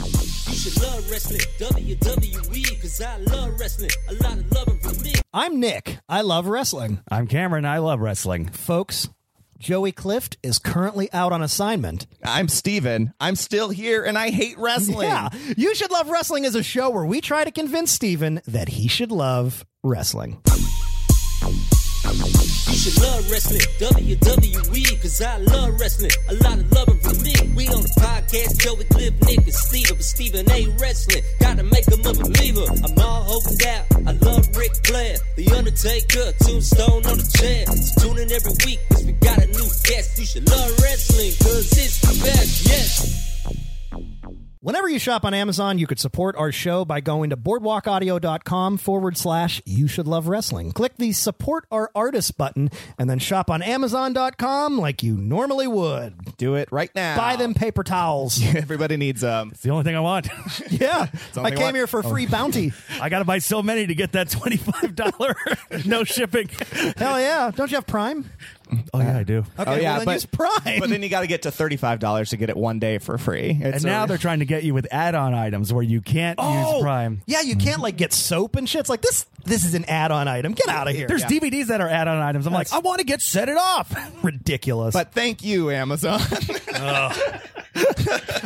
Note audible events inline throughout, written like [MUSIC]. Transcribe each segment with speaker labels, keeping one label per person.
Speaker 1: should love wrestling. WWE, cause I love wrestling. A lot of love from me.
Speaker 2: I'm Nick. I love wrestling.
Speaker 3: I'm Cameron. I love wrestling.
Speaker 2: Folks, Joey Clift is currently out on assignment.
Speaker 4: I'm Steven. I'm still here and I hate wrestling.
Speaker 2: Yeah, You Should Love Wrestling is a show where we try to convince Steven that he should love wrestling.
Speaker 1: You should love wrestling. WWE, cause I love wrestling. A lot of love from me. We on the podcast, Joey Cliff, Nick, and Steven. But Steven ain't wrestling. Gotta make him a believer. I'm all hoped out. I love Rick Flair, The Undertaker, Tombstone on the chair. So tune in every week, cause we got a new guest. You should love wrestling, cause it's the best, yes.
Speaker 2: Whenever you shop on Amazon, you could support our show by going to boardwalkaudio.com forward slash you should love wrestling. Click the support our artist button and then shop on Amazon.com like you normally would.
Speaker 4: Do it right now.
Speaker 2: Buy them paper
Speaker 3: [LAUGHS]
Speaker 2: towels.
Speaker 4: [LAUGHS] Everybody needs um, them.
Speaker 3: It's the only thing I want. [LAUGHS]
Speaker 2: Yeah.
Speaker 4: all
Speaker 2: I
Speaker 4: they
Speaker 2: came
Speaker 4: want.
Speaker 2: here for
Speaker 3: Oh.
Speaker 2: free bounty.
Speaker 3: I got to buy so many to get that $25 [LAUGHS] no shipping.
Speaker 2: Hell yeah. Don't you have Prime?
Speaker 3: Oh, yeah, I do.
Speaker 2: Okay,
Speaker 4: Oh, yeah,
Speaker 2: well then
Speaker 4: but-
Speaker 2: use Prime.
Speaker 3: [LAUGHS]
Speaker 4: But then you got to get to $35 to get it one day for free.
Speaker 3: And now they're trying to get you with add on items where you can't
Speaker 2: Oh!
Speaker 3: use Prime.
Speaker 2: Yeah, you can't like get soap and shit. It's like this this is an add-on item. Get out of here.
Speaker 3: There's DVDs that are add on items. I'm like, I want to get set it off. [LAUGHS]
Speaker 2: ridiculous.
Speaker 4: But thank you, Amazon. [LAUGHS]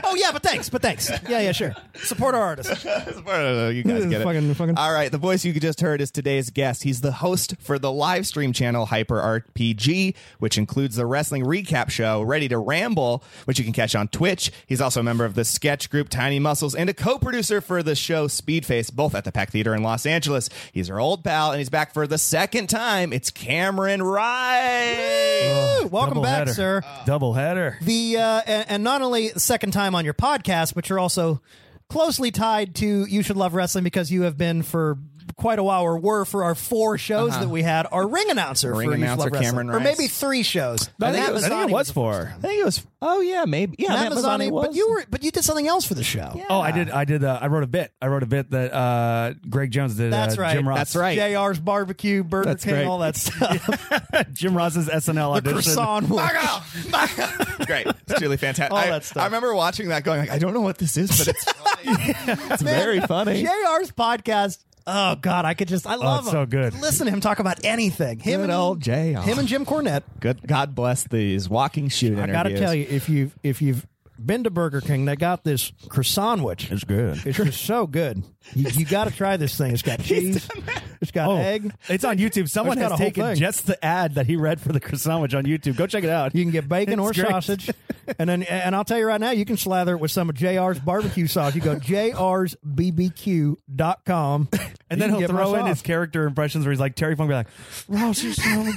Speaker 2: oh yeah, but thanks, but thanks. [LAUGHS] Yeah, yeah, sure. Support our artists.
Speaker 4: [LAUGHS] you guys get it.
Speaker 2: Fucking- fucking-
Speaker 4: All right, the voice you just heard is today's guest. He's the host for the live stream channel Hyper RPG, which includes the wrestling recap show Ready to Ramble, which you can catch on Twitch. He's also a member of the sketch group Tiny Muscles and a co-producer for the show Speedface, both at the Pack Theater in Los Angeles. He's our old pal, and he's back for the second time. It's Cameron Wright.
Speaker 2: Woo! Welcome
Speaker 3: Double
Speaker 2: back,
Speaker 3: header.
Speaker 2: sir.
Speaker 3: Double header.
Speaker 2: The uh, and, and not only second time on your podcast, but you're also closely tied to You Should Love Wrestling because you have been for quite a while or were for our four shows that we had our Uh-huh. ring announcer
Speaker 4: Ring
Speaker 2: for You Should
Speaker 4: announcer
Speaker 2: Love Wrestling.
Speaker 4: Cameron
Speaker 2: or
Speaker 4: Rice.
Speaker 2: maybe three shows.
Speaker 3: I
Speaker 2: And
Speaker 3: think, it was, I think
Speaker 2: Amazon
Speaker 3: it was for.
Speaker 4: I think it was. Oh yeah, maybe. Yeah,
Speaker 2: And Amazon, but you were but you did something else for the show.
Speaker 3: Oh, I did. I did. Uh, I wrote a bit. I wrote a bit that uh, Greg Jones did.
Speaker 2: That's
Speaker 3: uh,
Speaker 2: right.
Speaker 3: Jim Ross.
Speaker 4: That's
Speaker 3: [LAUGHS]
Speaker 4: right.
Speaker 2: JR's barbecue, Burger
Speaker 3: That's
Speaker 2: King,
Speaker 3: great.
Speaker 2: all that
Speaker 4: [LAUGHS]
Speaker 2: stuff.
Speaker 3: Jim Ross's SNL
Speaker 2: the
Speaker 3: audition.
Speaker 2: croissant works.
Speaker 4: Great. It's really
Speaker 2: [LAUGHS]
Speaker 4: fantastic.
Speaker 2: All
Speaker 4: I,
Speaker 2: that stuff.
Speaker 4: I remember watching that going like, I don't know what this is, but it's funny.
Speaker 2: [LAUGHS]
Speaker 4: it's very funny.
Speaker 2: JR's podcast. Oh God, I could just I love
Speaker 3: it's
Speaker 2: him.
Speaker 3: so good.
Speaker 2: Listen to him talk about anything. Him
Speaker 4: Good
Speaker 2: and
Speaker 4: old JR.
Speaker 2: Him and Jim Cornette.
Speaker 4: Good God bless these walking shoot
Speaker 2: I
Speaker 4: interviews.
Speaker 2: gotta tell you, if you've if you've been to Burger King, they got this croissant which
Speaker 3: It's good.
Speaker 2: It's just so good. You, you got to try this thing. It's [LAUGHS] got cheese. It's got
Speaker 3: Oh,
Speaker 2: egg.
Speaker 3: It's on YouTube. Someone
Speaker 2: It's got
Speaker 3: has
Speaker 2: a whole
Speaker 3: taken
Speaker 2: thing.
Speaker 3: just the ad that he read for the croissant which on YouTube. Go check it out.
Speaker 2: You can get bacon
Speaker 3: It's
Speaker 2: or
Speaker 3: great. [LAUGHS]
Speaker 2: sausage, and then and I'll tell you right now, you can slather it with some of JR's barbecue sauce. You go jrsbbq.com,
Speaker 3: [LAUGHS] And
Speaker 2: You
Speaker 3: then
Speaker 2: can
Speaker 3: he'll
Speaker 2: get my
Speaker 3: throw in
Speaker 2: sauce.
Speaker 3: his character impressions where he's like Terry Funk, be like, "Ross, you son of a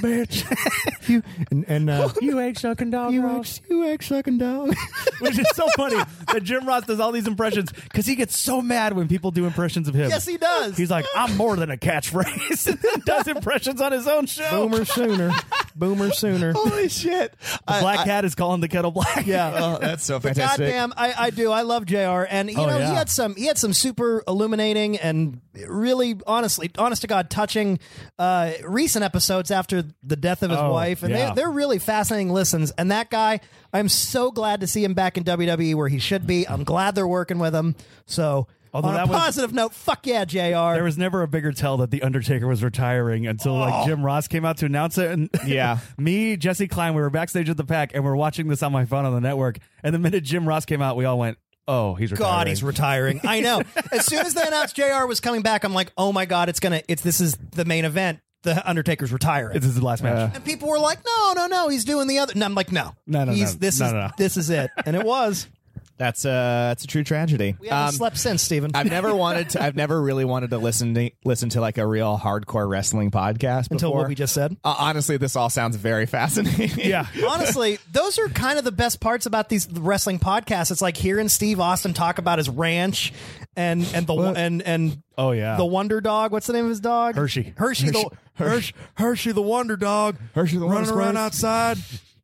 Speaker 2: [LAUGHS]
Speaker 3: bitch,
Speaker 2: you and, and uh,
Speaker 3: you egg sucking dog,
Speaker 2: you
Speaker 3: Ross."
Speaker 2: egg, you egg sucking dog.
Speaker 3: [LAUGHS] Which is so funny that Jim Ross does all these impressions because he gets so mad when people do impressions of him.
Speaker 2: Yes, he does.
Speaker 3: He's like, "I'm more than a catchphrase," [LAUGHS] and then does impressions on his own show.
Speaker 2: Boomer sooner, boomer
Speaker 3: Oh,
Speaker 2: sooner.
Speaker 4: holy shit, I-
Speaker 3: Black
Speaker 4: I-
Speaker 3: Cat is calling the kettle black.
Speaker 2: Yeah.
Speaker 4: [LAUGHS] oh, that's so
Speaker 2: God
Speaker 4: fantastic.
Speaker 2: damn, I, I do. I love Jr. And you
Speaker 3: Oh,
Speaker 2: know he
Speaker 3: yeah.
Speaker 2: had some he had some super illuminating and really honestly, honest to god, touching uh, recent episodes after the death of his
Speaker 3: Oh,
Speaker 2: wife, and
Speaker 3: yeah.
Speaker 2: they, they're really fascinating listens. And that guy, I'm so glad to see him back in WWE where he should be. I'm glad they're working with him. So
Speaker 3: Although
Speaker 2: on a
Speaker 3: that was-
Speaker 2: positive note, fuck yeah, Jr.
Speaker 3: There was never a bigger tell that the Undertaker was retiring until
Speaker 2: Oh.
Speaker 3: like Jim Ross came out to announce it. And [LAUGHS]
Speaker 4: Yeah.
Speaker 3: me, Jesse Klein, we were backstage at the pack and we are watching this on my phone on the network. And the minute Jim Ross came out, we all went, "Oh, he's retiring."
Speaker 2: God, he's retiring. I know.
Speaker 3: [LAUGHS]
Speaker 2: As soon as they announced Jr. was coming back, I'm like, oh my god, it's gonna, it's this is the main event. The Undertaker's retiring.
Speaker 3: This is the last match.
Speaker 2: And people were like, "No, no, no, he's doing the other." And I'm like, "No,
Speaker 3: No, no,
Speaker 2: he's,
Speaker 3: no.
Speaker 2: this
Speaker 3: No,
Speaker 2: is
Speaker 3: no, no.
Speaker 2: this is it." And it was.
Speaker 4: That's a that's a true tragedy.
Speaker 2: We haven't
Speaker 4: Um,
Speaker 2: slept since, Steven.
Speaker 4: [LAUGHS] I've never wanted to. I've never really wanted to listen to listen to like a real hardcore wrestling podcast
Speaker 2: Until
Speaker 4: before.
Speaker 2: what we just said.
Speaker 4: Uh, honestly, this all sounds
Speaker 2: [LAUGHS]
Speaker 4: very fascinating. [LAUGHS]
Speaker 3: yeah.
Speaker 2: Honestly, those are kind of the best parts about these wrestling podcasts. It's like hearing Steve Austin talk about his ranch and and the and and
Speaker 3: Oh, yeah.
Speaker 2: the Wonder Dog. What's the name of his dog?
Speaker 3: Hershey.
Speaker 2: Hershey. the, Hersh, Hershey the Wonder Dog.
Speaker 4: Hershey the Wonder Squirrel.
Speaker 2: outside.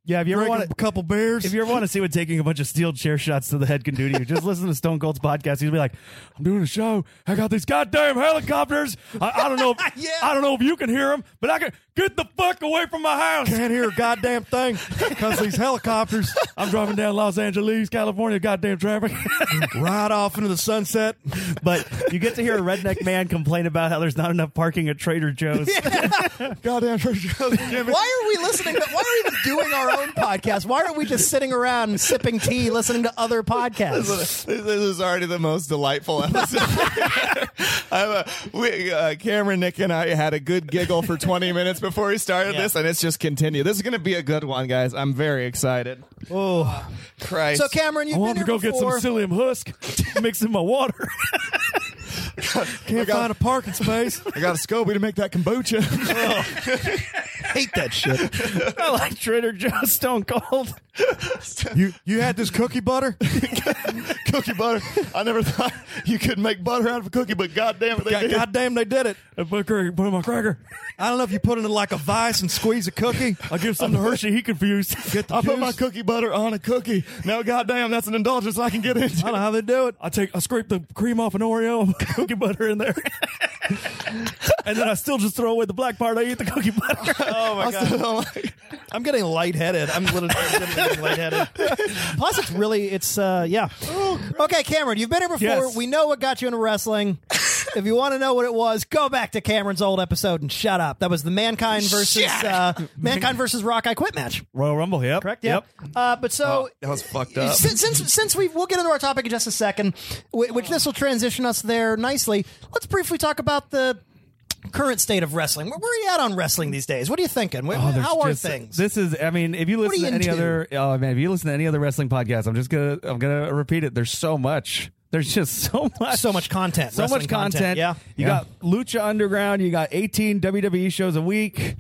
Speaker 3: Yeah. If you ever want to.
Speaker 2: couple beers.
Speaker 3: If you ever want to see what taking a bunch of steel chair shots to the head can do to you, just listen to Stone Cold's podcast. He'll be like, "I'm doing a show. I got these goddamn helicopters. I, I don't know.
Speaker 2: [LAUGHS]
Speaker 3: If,
Speaker 2: Yeah.
Speaker 3: I don't know if you can hear them, but I can. Get the fuck away from my house.
Speaker 2: Can't hear a goddamn thing because these helicopters
Speaker 3: I'm driving down Los Angeles, California, goddamn traffic. [LAUGHS]
Speaker 2: ride off into the sunset.
Speaker 3: but you get to hear a redneck man complain about how there's not enough parking at
Speaker 2: [LAUGHS]
Speaker 3: Trader Joe's.
Speaker 2: Goddamn Why are we listening? To, why are we even doing our own podcast? Why aren't we just sitting around sipping tea, listening to other podcasts?
Speaker 4: this is already the most delightful episode. [LAUGHS] I'm uh, we, uh, Cameron, Nick, and I had a good giggle for 20 minutes before we started
Speaker 3: Yeah.
Speaker 4: this, and it's just continued. This is going to be a good one, guys. I'm very excited.
Speaker 2: Oh,
Speaker 4: Christ.
Speaker 2: so Cameron, you've
Speaker 3: I want
Speaker 2: been
Speaker 3: to
Speaker 2: here
Speaker 3: go get some
Speaker 2: before.
Speaker 3: psyllium husk, mix in my water.
Speaker 2: Can't
Speaker 4: got-
Speaker 2: find a parking space.
Speaker 4: I got a Scobie to make that [LAUGHS] kombucha.
Speaker 2: Hate that shit.
Speaker 3: I like Trader Joe's Stone Cold.
Speaker 2: You you had this cookie butter?
Speaker 4: [LAUGHS] cookie butter. I never thought you could make butter out of a cookie, but goddamn it, they did.
Speaker 2: Goddamn, they did it.
Speaker 3: I put, cracker, put in my cracker.
Speaker 2: I don't know if you put it in like a vice and squeeze a [LAUGHS] cookie.
Speaker 3: I give some to Hershey. He confused.
Speaker 2: Get the
Speaker 4: I put my
Speaker 2: juice.
Speaker 4: cookie butter on a cookie. Now, goddamn, that's an indulgence I can get into.
Speaker 2: I don't know how they do it.
Speaker 3: I take I scrape the cream off an Oreo, cookie butter in there, and then I still just throw away the black part. I eat the cookie butter.
Speaker 4: Oh my god!
Speaker 2: [LAUGHS] I'm getting lightheaded. I'm literally getting lightheaded. Plus, it's really, it's, uh, yeah. Okay, Cameron, you've been here before.
Speaker 3: Yes.
Speaker 2: We know what got you into [LAUGHS] wrestling. if you want to know what it was, go back to Cameron's old episode and shut up. That was the Mankind versus uh, Mankind versus Rock I Quit match.
Speaker 3: [LAUGHS] Royal Rumble, yep, correct,
Speaker 2: Yeah. Uh, but so
Speaker 4: that was fucked
Speaker 3: Uh, [LAUGHS]
Speaker 4: up.
Speaker 2: Since since, since we we'll get into our topic in just a second, whi- which this will transition us there nicely. Let's briefly talk about the current state of wrestling. Where, where are you at on wrestling these days? What are you thinking? Wh-
Speaker 3: Oh, there's
Speaker 2: How are
Speaker 3: just-
Speaker 2: things?
Speaker 3: This is, I mean, if you
Speaker 2: are
Speaker 3: listen
Speaker 2: you
Speaker 3: to any
Speaker 2: into?
Speaker 3: other, oh man, if you listen to any other wrestling podcast, I'm just gonna, I'm gonna repeat it. There's so much. There's just [LAUGHS] so much,
Speaker 2: So much content,
Speaker 3: so
Speaker 2: wrestling
Speaker 3: much content.
Speaker 2: content, yeah.
Speaker 3: you
Speaker 2: Yeah.
Speaker 3: got Lucha Underground. You got 18 WWE E shows a week,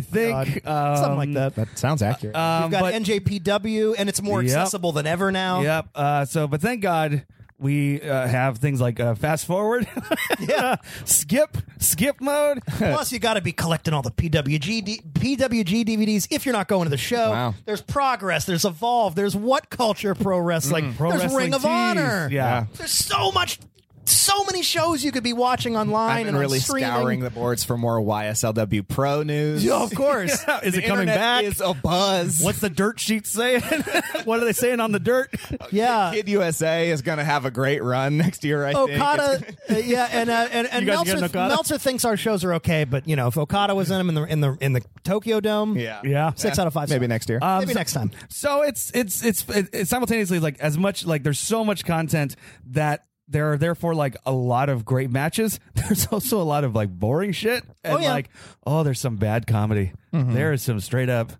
Speaker 2: [LAUGHS]
Speaker 3: think. Um,
Speaker 2: Something like that.
Speaker 4: That sounds
Speaker 2: You've
Speaker 4: accurate.
Speaker 2: got
Speaker 3: but-
Speaker 2: NJPW, and it's more
Speaker 3: Yep.
Speaker 2: accessible than ever now.
Speaker 3: Yep. Uh, so, but thank God we uh, have things like uh, fast forward, [LAUGHS]
Speaker 2: Yeah.
Speaker 3: skip, skip mode.
Speaker 2: [LAUGHS] Plus, you got to be collecting all the PWG D- PWG DVDs if you're not going to the show.
Speaker 4: Wow.
Speaker 2: There's progress. There's evolve. There's what culture pro wrestling.
Speaker 3: Mm, Pro
Speaker 2: there's
Speaker 3: wrestling
Speaker 2: Ring of
Speaker 3: tees.
Speaker 2: Honor.
Speaker 3: Yeah.
Speaker 2: There's so much, so many shows you could be watching online
Speaker 4: I've been
Speaker 2: and on
Speaker 4: really
Speaker 2: streaming.
Speaker 4: scouring the boards for more YSLW Pro news.
Speaker 2: Yeah,
Speaker 4: [LAUGHS]
Speaker 2: of course.
Speaker 3: [LAUGHS] Is
Speaker 4: The
Speaker 3: it coming
Speaker 4: internet
Speaker 3: back?
Speaker 4: Is a buzz.
Speaker 3: What's the dirt sheet saying? [LAUGHS] what are they saying on the dirt?
Speaker 2: yeah. Oh,
Speaker 4: Kid USA is going to have a great run next year. I think. [LAUGHS]
Speaker 2: Okada, uh, yeah, and uh, and, and
Speaker 3: You guys
Speaker 2: Meltzer,
Speaker 3: getting Okada?
Speaker 2: Meltzer thinks our shows are okay, but you know if Okada was in them in the in the in the Tokyo Dome,
Speaker 4: Yeah.
Speaker 3: Yeah.
Speaker 2: six out of five,
Speaker 4: Maybe
Speaker 2: stars.
Speaker 4: next year. Um,
Speaker 2: maybe
Speaker 3: so-
Speaker 2: next time.
Speaker 3: So it's it's it's it- it's simultaneously like as much like there's so much content that there are therefore like a lot of great matches. [LAUGHS] There's also a lot of like boring shit and
Speaker 2: Oh, yeah.
Speaker 3: like oh Mm-hmm. there's some bad comedy. There is some straight up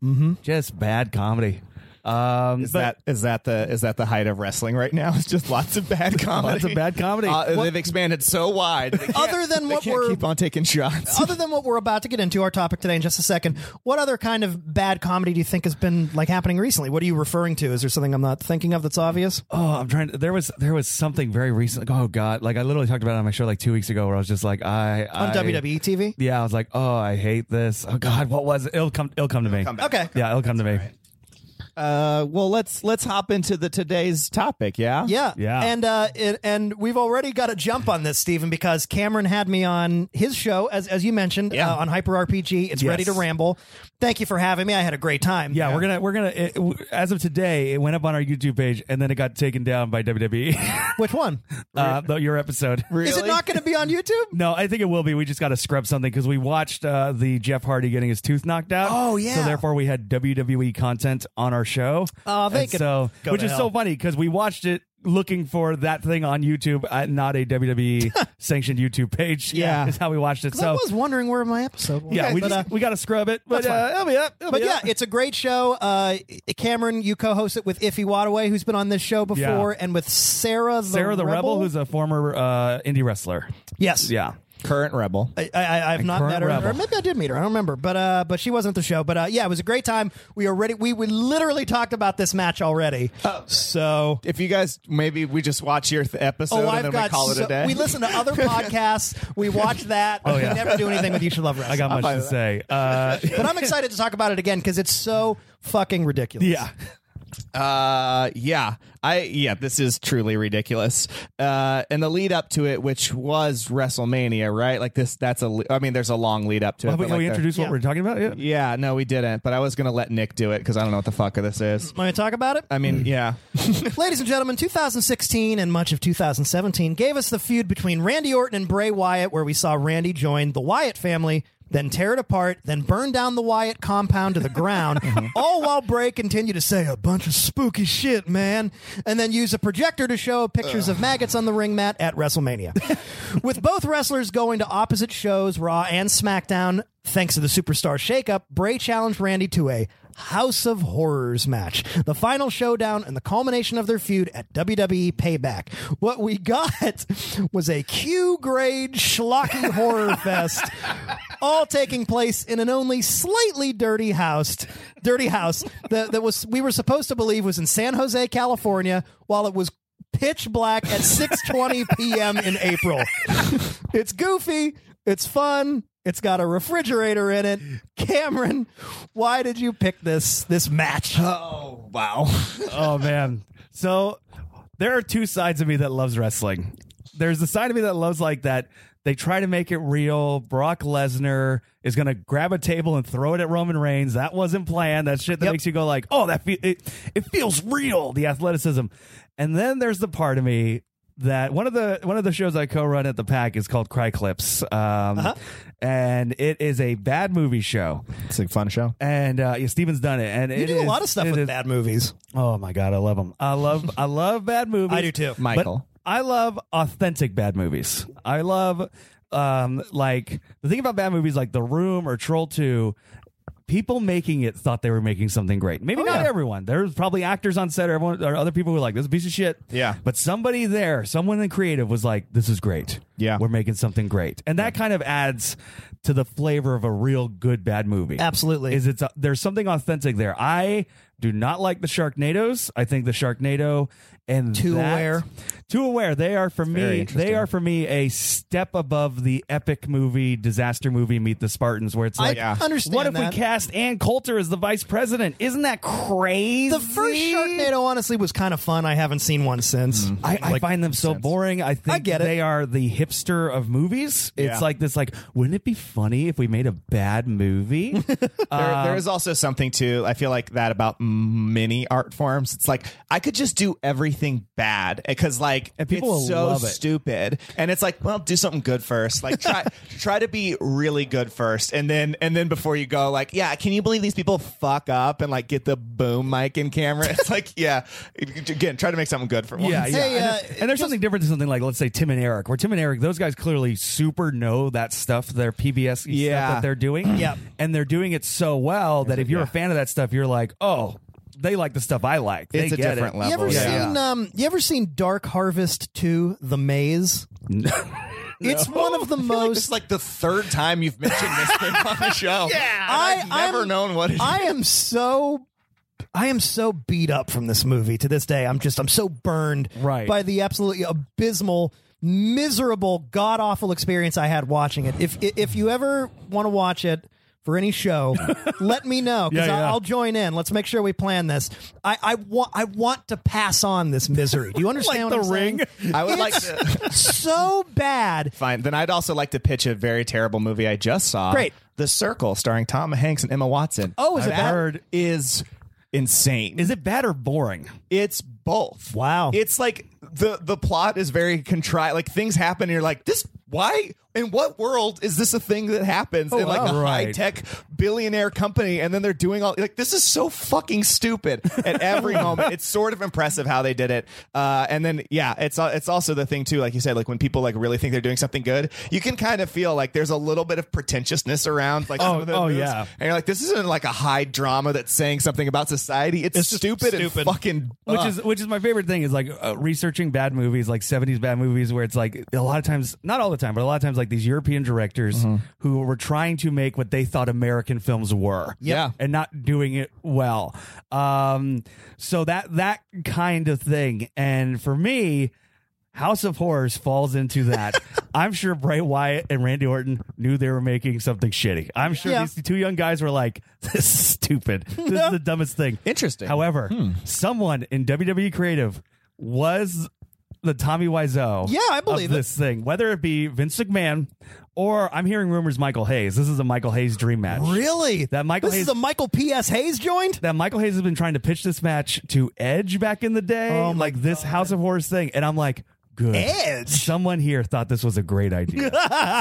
Speaker 3: just bad comedy. Um,
Speaker 4: is
Speaker 3: but-
Speaker 4: that is that the is that the height of wrestling right now? [LAUGHS] It's just lots of bad comedy.
Speaker 3: Lots of bad comedy.
Speaker 4: Uh,
Speaker 3: What-
Speaker 4: they've expanded so wide. They can't-
Speaker 2: Other than
Speaker 4: they
Speaker 2: what
Speaker 4: can't
Speaker 2: we're-
Speaker 4: keep on taking shots.
Speaker 2: Other than what we're about to get into, our topic today in just a second, what other kind of bad comedy do you think has been like happening recently? What are you referring to? Is there something I'm not thinking of that's obvious?
Speaker 3: Oh, I'm trying. To, there was there was something very recent. Like, oh God, like I literally talked about it on my show like two weeks ago, where I was just like, I
Speaker 2: On E
Speaker 3: I-
Speaker 2: WWE TV?
Speaker 3: Yeah, I was like, oh, I hate this. Oh God, what was it? It'll come. It'll come to me.
Speaker 4: come back.
Speaker 2: Okay.
Speaker 3: Yeah, it'll come to me.
Speaker 4: Uh, well, let's let's hop into the today's topic. Yeah.
Speaker 2: Yeah.
Speaker 3: Yeah.
Speaker 2: And uh it, and we've already got a jump on this, Stephen, because Cameron had me on his show, as as you mentioned,
Speaker 4: Yeah.
Speaker 2: uh, on Hyper RPG. It's
Speaker 3: Yes.
Speaker 2: ready to ramble. Thank you for having me. I had a great time.
Speaker 3: Yeah, we're gonna we're gonna. It, w- as of today, it went up on our YouTube page, and then it got taken down by [LAUGHS] WWE.
Speaker 2: [LAUGHS] Which one?
Speaker 3: uh, the- your episode.
Speaker 2: Is it not going to be on YouTube?
Speaker 3: [LAUGHS] No, I think it will be. We just got to scrub something because we watched uh, the Jeff Hardy getting his tooth knocked out.
Speaker 2: Oh, yeah.
Speaker 3: So therefore, we had WWE content on our show.
Speaker 2: Oh, they
Speaker 3: And
Speaker 2: could
Speaker 3: so,
Speaker 2: go
Speaker 3: which
Speaker 2: to
Speaker 3: is
Speaker 2: hell.
Speaker 3: so funny because we watched it looking for that thing on YouTube, at not a WWE
Speaker 2: [LAUGHS]
Speaker 3: sanctioned YouTube page.
Speaker 2: Yeah.
Speaker 3: is how we watched it.
Speaker 2: 'Cause
Speaker 3: [LAUGHS] So
Speaker 2: I was wondering where my episode was.
Speaker 3: yeah, we
Speaker 2: But,
Speaker 3: just,
Speaker 2: uh,
Speaker 3: we got to scrub it, but uh, it'll be up. it'll
Speaker 2: But
Speaker 3: be
Speaker 2: yeah,
Speaker 3: up.
Speaker 2: it's a great show. Uh, Cameron, you co-host it with Iffy Wadaway, who's been on this show before,
Speaker 3: Yeah.
Speaker 2: and with Sarah the
Speaker 3: Sarah the Rebel, who's a former uh, indie wrestler.
Speaker 2: yes,
Speaker 3: Yeah.
Speaker 4: Current rebel.
Speaker 2: I, I, I've not
Speaker 3: current
Speaker 2: met her,
Speaker 3: rebel.
Speaker 2: or maybe I did meet her. I don't remember, but uh, but she wasn't at the show. But uh, yeah, it was a great time. We already we, we literally talked about this match already.
Speaker 4: Uh,
Speaker 2: so
Speaker 4: If you guys maybe we just watch your th- episode
Speaker 2: oh,
Speaker 4: and
Speaker 2: I've
Speaker 4: then
Speaker 2: got
Speaker 4: we call it
Speaker 2: so-
Speaker 4: a day.
Speaker 2: we listen to
Speaker 4: [LAUGHS]
Speaker 2: other podcasts. We watch that. Oh,
Speaker 3: yeah.
Speaker 2: We never do anything with You Should Love Wrestling.
Speaker 3: I got much
Speaker 4: buy
Speaker 3: to
Speaker 4: that.
Speaker 3: say. Uh,
Speaker 2: [LAUGHS] but I'm excited to talk about it again because it's so fucking ridiculous.
Speaker 3: yeah.
Speaker 4: Uh, yeah, I yeah, this is truly ridiculous. Uh, and the lead up to it, which was WrestleMania, right? Like this, that's a. I mean, there's a long lead up to it.
Speaker 3: Have we,
Speaker 4: but
Speaker 3: have
Speaker 4: like
Speaker 3: we
Speaker 4: the-
Speaker 3: introduced
Speaker 2: yeah.
Speaker 3: what we're talking about yet?
Speaker 4: Yeah, no, we didn't. But I was gonna let Nick do it because I don't know what the fuck this is.
Speaker 2: Let me talk about it.
Speaker 4: I
Speaker 3: Mm.
Speaker 4: mean, yeah,
Speaker 2: Ladies and gentlemen, 2016 and much of 2017 gave us the feud between Randy Orton and Bray Wyatt, where we saw Randy join the Wyatt family, then tear it apart, then burn down the Wyatt compound to the ground, all while Bray continued to say a bunch of spooky shit, man, and then use a projector to show pictures of maggots on the ring mat at WrestleMania. With both wrestlers going to opposite shows, Raw and SmackDown, thanks to the superstar shakeup, Bray challenged Randy to a House of Horrors match, the final showdown and the culmination of their feud at WWE Payback. What we got [LAUGHS] was a Q grade schlocky horror fest, all taking place in an only slightly dirty house, dirty house that, that was we were supposed to believe was in San Jose, California, while it was pitch black at 6:20 p.m. in April. It's goofy, it's fun, it's got a refrigerator in it. Cameron, why did you pick this this match?
Speaker 4: Oh wow.
Speaker 3: oh man. So there are two sides of me that loves wrestling. There's the side of me that loves like that. They try to make it real. Brock Lesnar is going to grab a table and throw it at Roman Reigns. That wasn't planned. That shit that
Speaker 2: Yep.
Speaker 3: makes you go like, "Oh, that fe- it, it feels real." The athleticism. And then there's the part of me that one of the one of the shows I co-run at the pack is called Cry Clips. Um
Speaker 2: Uh-huh.
Speaker 3: and it is a bad movie show.
Speaker 4: It's a fun show.
Speaker 3: And uh yeah, Steven's done it and
Speaker 2: You do a lot of stuff with
Speaker 3: that.
Speaker 2: bad movies.
Speaker 3: Oh my god, I love them. I love I love bad
Speaker 2: [LAUGHS]
Speaker 3: movies.
Speaker 2: I do too.
Speaker 3: But
Speaker 4: Michael.
Speaker 3: I love authentic bad movies. I love um like the thing about bad movies like The Room or Troll 2 People making it thought they were making something great. Maybe not everyone. There's probably actors on set or everyone or other people who are like this is a piece of shit.
Speaker 4: Yeah.
Speaker 3: But somebody there, someone in creative was like, This is great.
Speaker 4: Yeah.
Speaker 3: We're making something great. And that kind of adds to the flavor of a real good bad movie.
Speaker 2: Absolutely.
Speaker 3: Is it's a, there's something authentic there. I do not like the Sharknadoes. I think the Sharknado and
Speaker 2: Too
Speaker 3: that-
Speaker 2: aware.
Speaker 3: too aware. They are for
Speaker 4: very
Speaker 3: me.
Speaker 4: interesting.
Speaker 3: They are for me a step above the epic movie disaster movie Meet the Spartans, where it's
Speaker 2: I
Speaker 3: like,
Speaker 4: Yeah.
Speaker 2: understand
Speaker 3: what if
Speaker 2: that.
Speaker 3: we cast Ann Coulter as the vice president? Isn't that crazy?
Speaker 2: the first Sharknado honestly was kind of fun. I haven't seen one since.
Speaker 4: Mm-hmm.
Speaker 3: I, I find them so boring. I think
Speaker 2: I get it.
Speaker 3: they are the hipster of movies. It's
Speaker 4: Yeah.
Speaker 3: like this like, wouldn't it be funny if we made a
Speaker 2: [LAUGHS]
Speaker 3: bad movie?
Speaker 4: There,
Speaker 2: Uh,
Speaker 4: there is also something to I feel like that about many art forms. It's like I could just do everything bad because like
Speaker 3: And people
Speaker 4: it's
Speaker 3: will
Speaker 4: so
Speaker 3: love it.
Speaker 4: stupid, and it's like well do something good first. Like
Speaker 3: [LAUGHS]
Speaker 4: try try to be really good first, and then and then before you go like yeah, can you believe these people fuck up and like get the boom mic and camera? [LAUGHS] It's like yeah, again try to make something good for once.
Speaker 3: Yeah, yeah.
Speaker 2: Hey,
Speaker 3: and,
Speaker 2: uh,
Speaker 3: there- and there's something different to something like, let's say, Tim and Eric, where Tim and Eric, those guys clearly super know that stuff, their PBS
Speaker 4: Yeah.
Speaker 3: stuff that
Speaker 4: [CLEARS THROAT]
Speaker 3: they're doing.
Speaker 2: Yep.
Speaker 3: And they're doing it so well that if you're
Speaker 4: yeah.
Speaker 3: a fan of that stuff, you're like, oh, they like the stuff I like. They
Speaker 4: It's a
Speaker 3: get
Speaker 4: different
Speaker 3: it.
Speaker 2: You
Speaker 4: level.
Speaker 2: ever
Speaker 4: yeah.
Speaker 2: seen um you ever seen Dark Harvest 2 The
Speaker 4: [LAUGHS]
Speaker 2: Maze? It's one of the
Speaker 4: I feel like this
Speaker 2: most
Speaker 4: is like the third time you've mentioned this thing on the
Speaker 2: [LAUGHS]
Speaker 4: show. Yeah, I've
Speaker 2: I-
Speaker 4: never
Speaker 2: I'm-
Speaker 4: known what it
Speaker 2: I am so I am so beat up from this movie to this day. I'm just I'm so burned
Speaker 3: Right.
Speaker 2: by the absolutely abysmal, miserable, god awful experience I had watching it. If if you ever want to watch it for any
Speaker 3: [LAUGHS]
Speaker 2: show, let me know because
Speaker 3: Yeah, yeah.
Speaker 2: I'll join in. Let's make sure we plan this. I I want I want to pass on this misery. Do
Speaker 3: [LAUGHS]
Speaker 2: you understand
Speaker 3: The
Speaker 2: what I'm
Speaker 3: Ring?
Speaker 2: saying?
Speaker 4: I would like
Speaker 2: It's [LAUGHS]
Speaker 4: to [LAUGHS]
Speaker 2: so bad.
Speaker 4: Fine. Then I'd also like to pitch a very terrible movie I just saw.
Speaker 2: Great.
Speaker 4: The Circle, starring Tom Hanks and Emma Watson.
Speaker 2: Oh, is it
Speaker 4: that
Speaker 2: bad?
Speaker 4: is insane.
Speaker 3: Is it bad or boring?
Speaker 4: it's both.
Speaker 2: Wow.
Speaker 4: It's like the the plot is very contrived. Like things happen, and you're like, this. Why? In what world is this a thing that happens in like
Speaker 3: wow.
Speaker 4: a
Speaker 3: Oh, Right.
Speaker 4: high tech billionaire company? And then they're doing all like this is so fucking stupid at
Speaker 3: [LAUGHS]
Speaker 4: every moment. It's sort of impressive how they did it. Uh, and then yeah, it's al- it's also the thing too, like you said, like when people like really think they're doing something good, you can kind of feel like there's a little bit of pretentiousness around like some
Speaker 3: Oh,
Speaker 4: of the
Speaker 3: oh,
Speaker 4: moves.
Speaker 3: yeah.
Speaker 4: and you're like this isn't like a high drama that's saying something about society. It's,
Speaker 2: just
Speaker 4: stupid,
Speaker 2: stupid.
Speaker 4: and fucking
Speaker 3: which is which is my favorite thing is like uh, researching bad movies like 70s bad movies where it's like a lot of times not all the time but a lot of times like these european directors
Speaker 4: Mm-hmm.
Speaker 3: who were trying to make what they thought american films were
Speaker 4: Yeah.
Speaker 3: and not doing it well um so that that kind of thing and for me House of Horrors falls into
Speaker 4: [LAUGHS]
Speaker 3: that. I'm sure Bray Wyatt and Randy Orton knew they were making something shitty. I'm sure
Speaker 2: Yeah.
Speaker 3: these two young guys were like, [LAUGHS] "This is stupid. This is the dumbest thing."
Speaker 4: Interesting.
Speaker 3: However, someone in WWE Creative was the Tommy Wiseau.
Speaker 2: Yeah, I
Speaker 3: of
Speaker 2: believe it.
Speaker 3: this thing, whether it be Vince McMahon or I'm hearing rumors Michael Hayes. This is a Michael Hayes dream match.
Speaker 2: Really?
Speaker 3: That Michael
Speaker 2: This
Speaker 3: Hayes- Uh,
Speaker 2: is a Michael P.S. Hayes joined?
Speaker 3: That Michael Hayes has been trying to pitch this match to Edge back in the day,
Speaker 2: Oh, my
Speaker 3: like this House of Horrors thing, and I'm like, good.
Speaker 2: Edge?
Speaker 3: Someone here thought this was a great idea.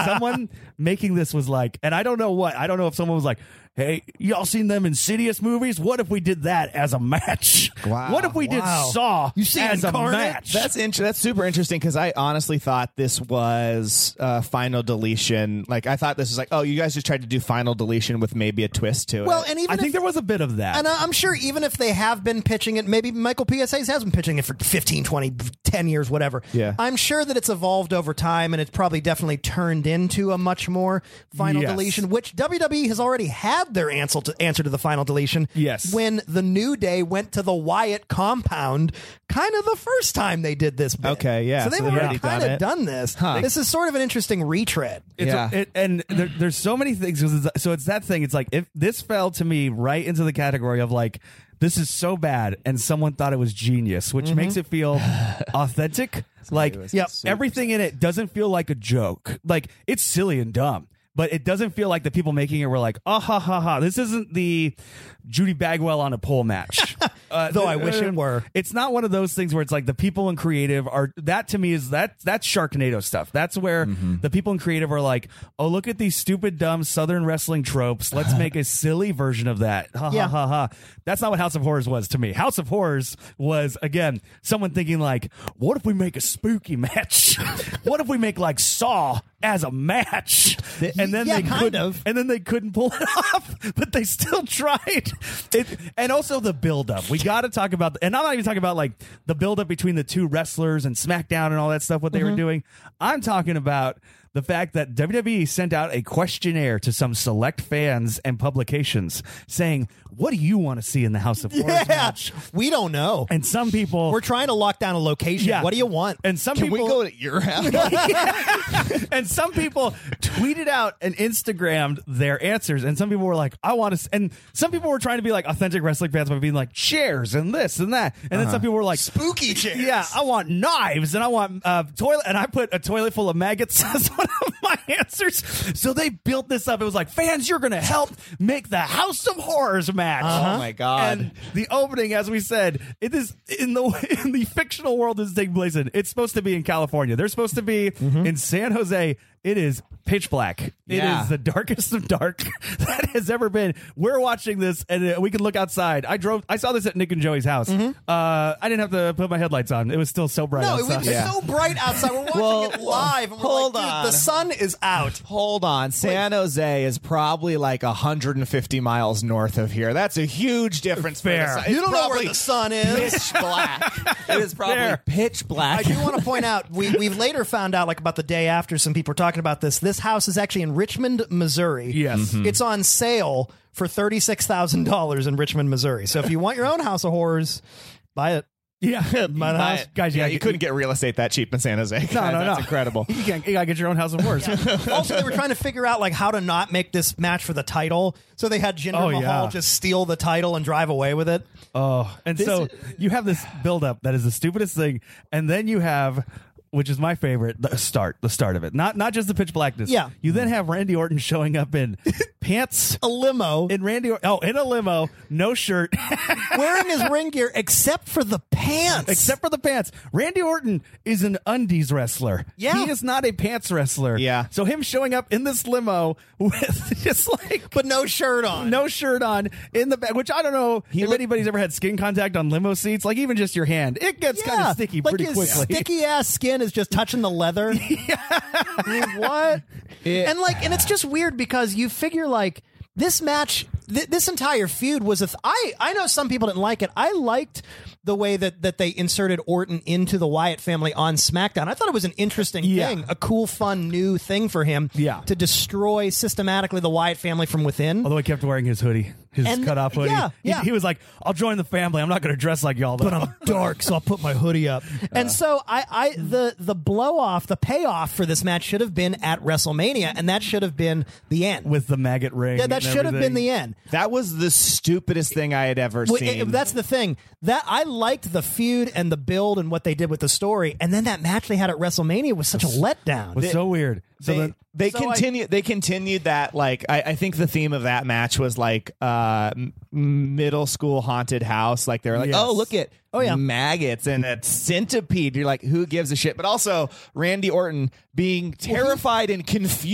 Speaker 2: [LAUGHS]
Speaker 3: someone making this was like, and I don't know what. I don't know if someone was like, hey, y'all seen them Insidious movies? What if we did that as a match?
Speaker 4: Wow.
Speaker 3: What if we
Speaker 2: Wow.
Speaker 3: did Saw
Speaker 2: You see
Speaker 3: as
Speaker 2: Incarnate?
Speaker 3: a match?
Speaker 4: That's int- that's super interesting because I honestly thought this was uh, final deletion. Like I thought this was like, oh, you guys just tried to do final deletion with maybe a twist to it.
Speaker 2: Well, and even
Speaker 3: I
Speaker 2: if,
Speaker 3: think there was a bit of that.
Speaker 2: and I- I'm sure even if they have been pitching it, maybe Michael P.S. Hayes has been pitching it for 15, 20, 10 years, whatever.
Speaker 4: Yeah.
Speaker 2: I'm sure that it's evolved over time and it's probably definitely turned into a much more final
Speaker 3: Yes.
Speaker 2: deletion, which WWE has already had their answer to, answer to the final deletion.
Speaker 3: Yes.
Speaker 2: When the New Day went to the Wyatt compound, kind of the first time they did this. Bit.
Speaker 4: Okay, yeah,
Speaker 2: So they've
Speaker 4: so they've
Speaker 2: already
Speaker 4: already
Speaker 2: kind
Speaker 4: done
Speaker 2: of
Speaker 4: it.
Speaker 2: done this. This is sort of an interesting retread.
Speaker 3: It's
Speaker 4: Yeah.
Speaker 3: it, and there, there's so many things. 'cause it's- So it's that thing. It's like if this fell to me right into the category of like this is so bad, and someone thought it was genius,
Speaker 2: Mm-hmm.
Speaker 3: which makes it feel
Speaker 2: [SIGHS]
Speaker 3: authentic. like
Speaker 2: Yep.
Speaker 3: everything in it doesn't feel like a joke. Like it's silly and dumb. But it doesn't feel like the people making it were like, ah ha ha ha. This isn't the Judy Bagwell on a pole match.
Speaker 2: [LAUGHS]
Speaker 3: uh,
Speaker 2: Though I wish it were.
Speaker 3: it's not one of those things where it's like the people in creative are that to me is that that's Sharknado stuff. That's where
Speaker 2: Mm-hmm.
Speaker 3: the people in creative are like, oh look at these stupid dumb Southern wrestling tropes. Let's make a silly version of that. Ha
Speaker 2: Yeah.
Speaker 3: ha ha ha. That's not what House of Horrors was to me. House of Horrors was again someone thinking like, what if we make a spooky match? [LAUGHS] what if we make like Saw as a match? And then
Speaker 2: Yeah,
Speaker 3: they
Speaker 2: kind
Speaker 3: couldn't-
Speaker 2: of.
Speaker 3: and then they couldn't pull it [LAUGHS] off, but they still tried. It, and also the buildup. We got to talk about, and I'm not even talking about like the buildup between the two wrestlers and SmackDown and all that stuff, what they were doing. I'm talking about the fact that WWE sent out a questionnaire to some select fans and publications saying, What do you want to see in the House of Horrors match?
Speaker 2: We don't know.
Speaker 3: And some people.
Speaker 2: We're trying to lock down a location.
Speaker 3: Yeah.
Speaker 2: What do you want?
Speaker 3: and some
Speaker 4: can we
Speaker 3: people
Speaker 4: go to your house?
Speaker 3: [LAUGHS]
Speaker 2: [LAUGHS]
Speaker 3: and some people tweeted out and Instagrammed their answers, and some people were like, "I want to," and some people were trying to be like authentic wrestling fans by being like chairs and this and that, and then some people were like,
Speaker 4: Spooky Uh-huh. chairs.
Speaker 3: "Yeah, I want knives and I want uh, toilet," and I put a toilet full of maggots [LAUGHS] as one of my answers. So they built this up. It was like, "Fans, you're going to help make the House of Horrors match."
Speaker 4: Oh my god.
Speaker 3: And the opening, as we said, it is in the [LAUGHS] in the fictional world this is taking place in. It's supposed to be in California. They're supposed to be in San Jose. It is pitch black. It
Speaker 4: Mm-hmm. Yeah.
Speaker 3: is the darkest of dark [LAUGHS] that has ever been. We're watching this, and uh, we can look outside. I drove. I saw this at Nick and Joey's house.
Speaker 4: Mm-hmm.
Speaker 3: Uh, I didn't have to put my headlights on. It was still so bright.
Speaker 2: No, it
Speaker 3: outside.
Speaker 2: was
Speaker 4: Yeah.
Speaker 2: so bright outside. We're watching
Speaker 4: Well,
Speaker 2: it live. And we're
Speaker 4: hold
Speaker 2: like, dude,
Speaker 4: on.
Speaker 2: the sun is out.
Speaker 4: Hold on. San Jose is probably like 150 miles north of here. That's a huge difference.
Speaker 3: Fair.
Speaker 4: For the sun.
Speaker 2: You
Speaker 4: It's
Speaker 2: don't know where
Speaker 4: probably
Speaker 2: the sun is.
Speaker 4: Pitch black. it is probably
Speaker 3: Fair.
Speaker 4: pitch
Speaker 2: I
Speaker 4: black.
Speaker 2: do
Speaker 4: [LAUGHS]
Speaker 2: want to point out we we've later found out like about the day after some people were talking about this. This house is actually in Richmond, Missouri.
Speaker 3: Yes.
Speaker 4: Mm-hmm.
Speaker 3: Mhm.
Speaker 2: it's on sale for thirty six thousand dollars in Richmond, Missouri. So if you want your own house of horrors, buy it.
Speaker 3: yeah, [LAUGHS] my
Speaker 2: Buy
Speaker 3: house,
Speaker 2: it.
Speaker 3: guys.
Speaker 4: yeah,
Speaker 3: gotta
Speaker 4: you
Speaker 3: get-
Speaker 4: couldn't get real estate that cheap in San Jose. [LAUGHS]
Speaker 3: No, no, no.
Speaker 4: That's incredible.
Speaker 3: [LAUGHS] You, can't, you gotta get your
Speaker 4: [LAUGHS]
Speaker 3: own house of horrors.
Speaker 2: also, they were trying to figure out like how to not make this match for the title, so they had Jinder
Speaker 3: Oh,
Speaker 2: Mahal
Speaker 3: yeah.
Speaker 2: just steal the title and drive away with it.
Speaker 3: Oh, and so you have this buildup that is the stupidest thing, and then you have, which is my favorite, the start, the start of it. Not not just the pitch blackness.
Speaker 2: Yeah.
Speaker 3: You then have Randy Orton showing up in pants
Speaker 2: A limo
Speaker 3: in Randy or- oh in a limo, no shirt
Speaker 2: wearing his ring gear except for the pants.
Speaker 3: except for the pants. Randy Orton is an undies wrestler.
Speaker 2: Yeah.
Speaker 3: he is not a pants wrestler.
Speaker 4: Yeah.
Speaker 3: So him showing up in this limo with [LAUGHS] just like
Speaker 2: but no shirt on.
Speaker 3: no shirt on in the back, which I don't know if
Speaker 4: look-
Speaker 3: anybody's ever had skin contact on limo seats, like even just your hand, it gets kind of sticky
Speaker 2: like
Speaker 3: pretty
Speaker 2: his
Speaker 3: quickly.
Speaker 2: Sticky ass skin is just touching the
Speaker 3: [LAUGHS]
Speaker 2: leather. I mean, what? and like, and it's just weird because you figure like this match, th- this entire feud was a. Th- I I know some people didn't like it. I liked the way that that they inserted Orton into the Wyatt family on SmackDown. I thought it was an interesting
Speaker 3: Yeah.
Speaker 2: thing, a cool, fun, new thing for him.
Speaker 3: Yeah.
Speaker 2: to destroy systematically the Wyatt family from within.
Speaker 3: [LAUGHS] Although he kept wearing his hoodie, his
Speaker 2: And-
Speaker 3: cut off hoodie.
Speaker 2: yeah,
Speaker 3: He-
Speaker 2: yeah.
Speaker 3: He, was like, I'll join the family. I'm not going to dress like y'all, though.
Speaker 2: but I'm dark, so I'll put my hoodie up. And so I, I the the blow off, the payoff for this match should have been at WrestleMania, and that should have been the end.
Speaker 3: With the maggot ring.
Speaker 2: yeah, that
Speaker 3: and
Speaker 2: should have been
Speaker 3: everything.
Speaker 2: the end.
Speaker 4: That was the stupidest thing I had ever
Speaker 2: Well,
Speaker 4: seen.
Speaker 2: it- that's the thing that I liked the feud and the build and what they did with the story, and then that match they had at WrestleMania was such a letdown.
Speaker 3: was so weird. So
Speaker 4: they,
Speaker 3: then
Speaker 4: they
Speaker 2: so I-
Speaker 4: continue they continued that like I, I think the theme of that match was like uh m- middle school haunted house like they're like
Speaker 3: Yes.
Speaker 4: oh look at
Speaker 2: Oh, yeah.
Speaker 4: maggots and a centipede you're like who gives a shit but also Randy Orton being terrified and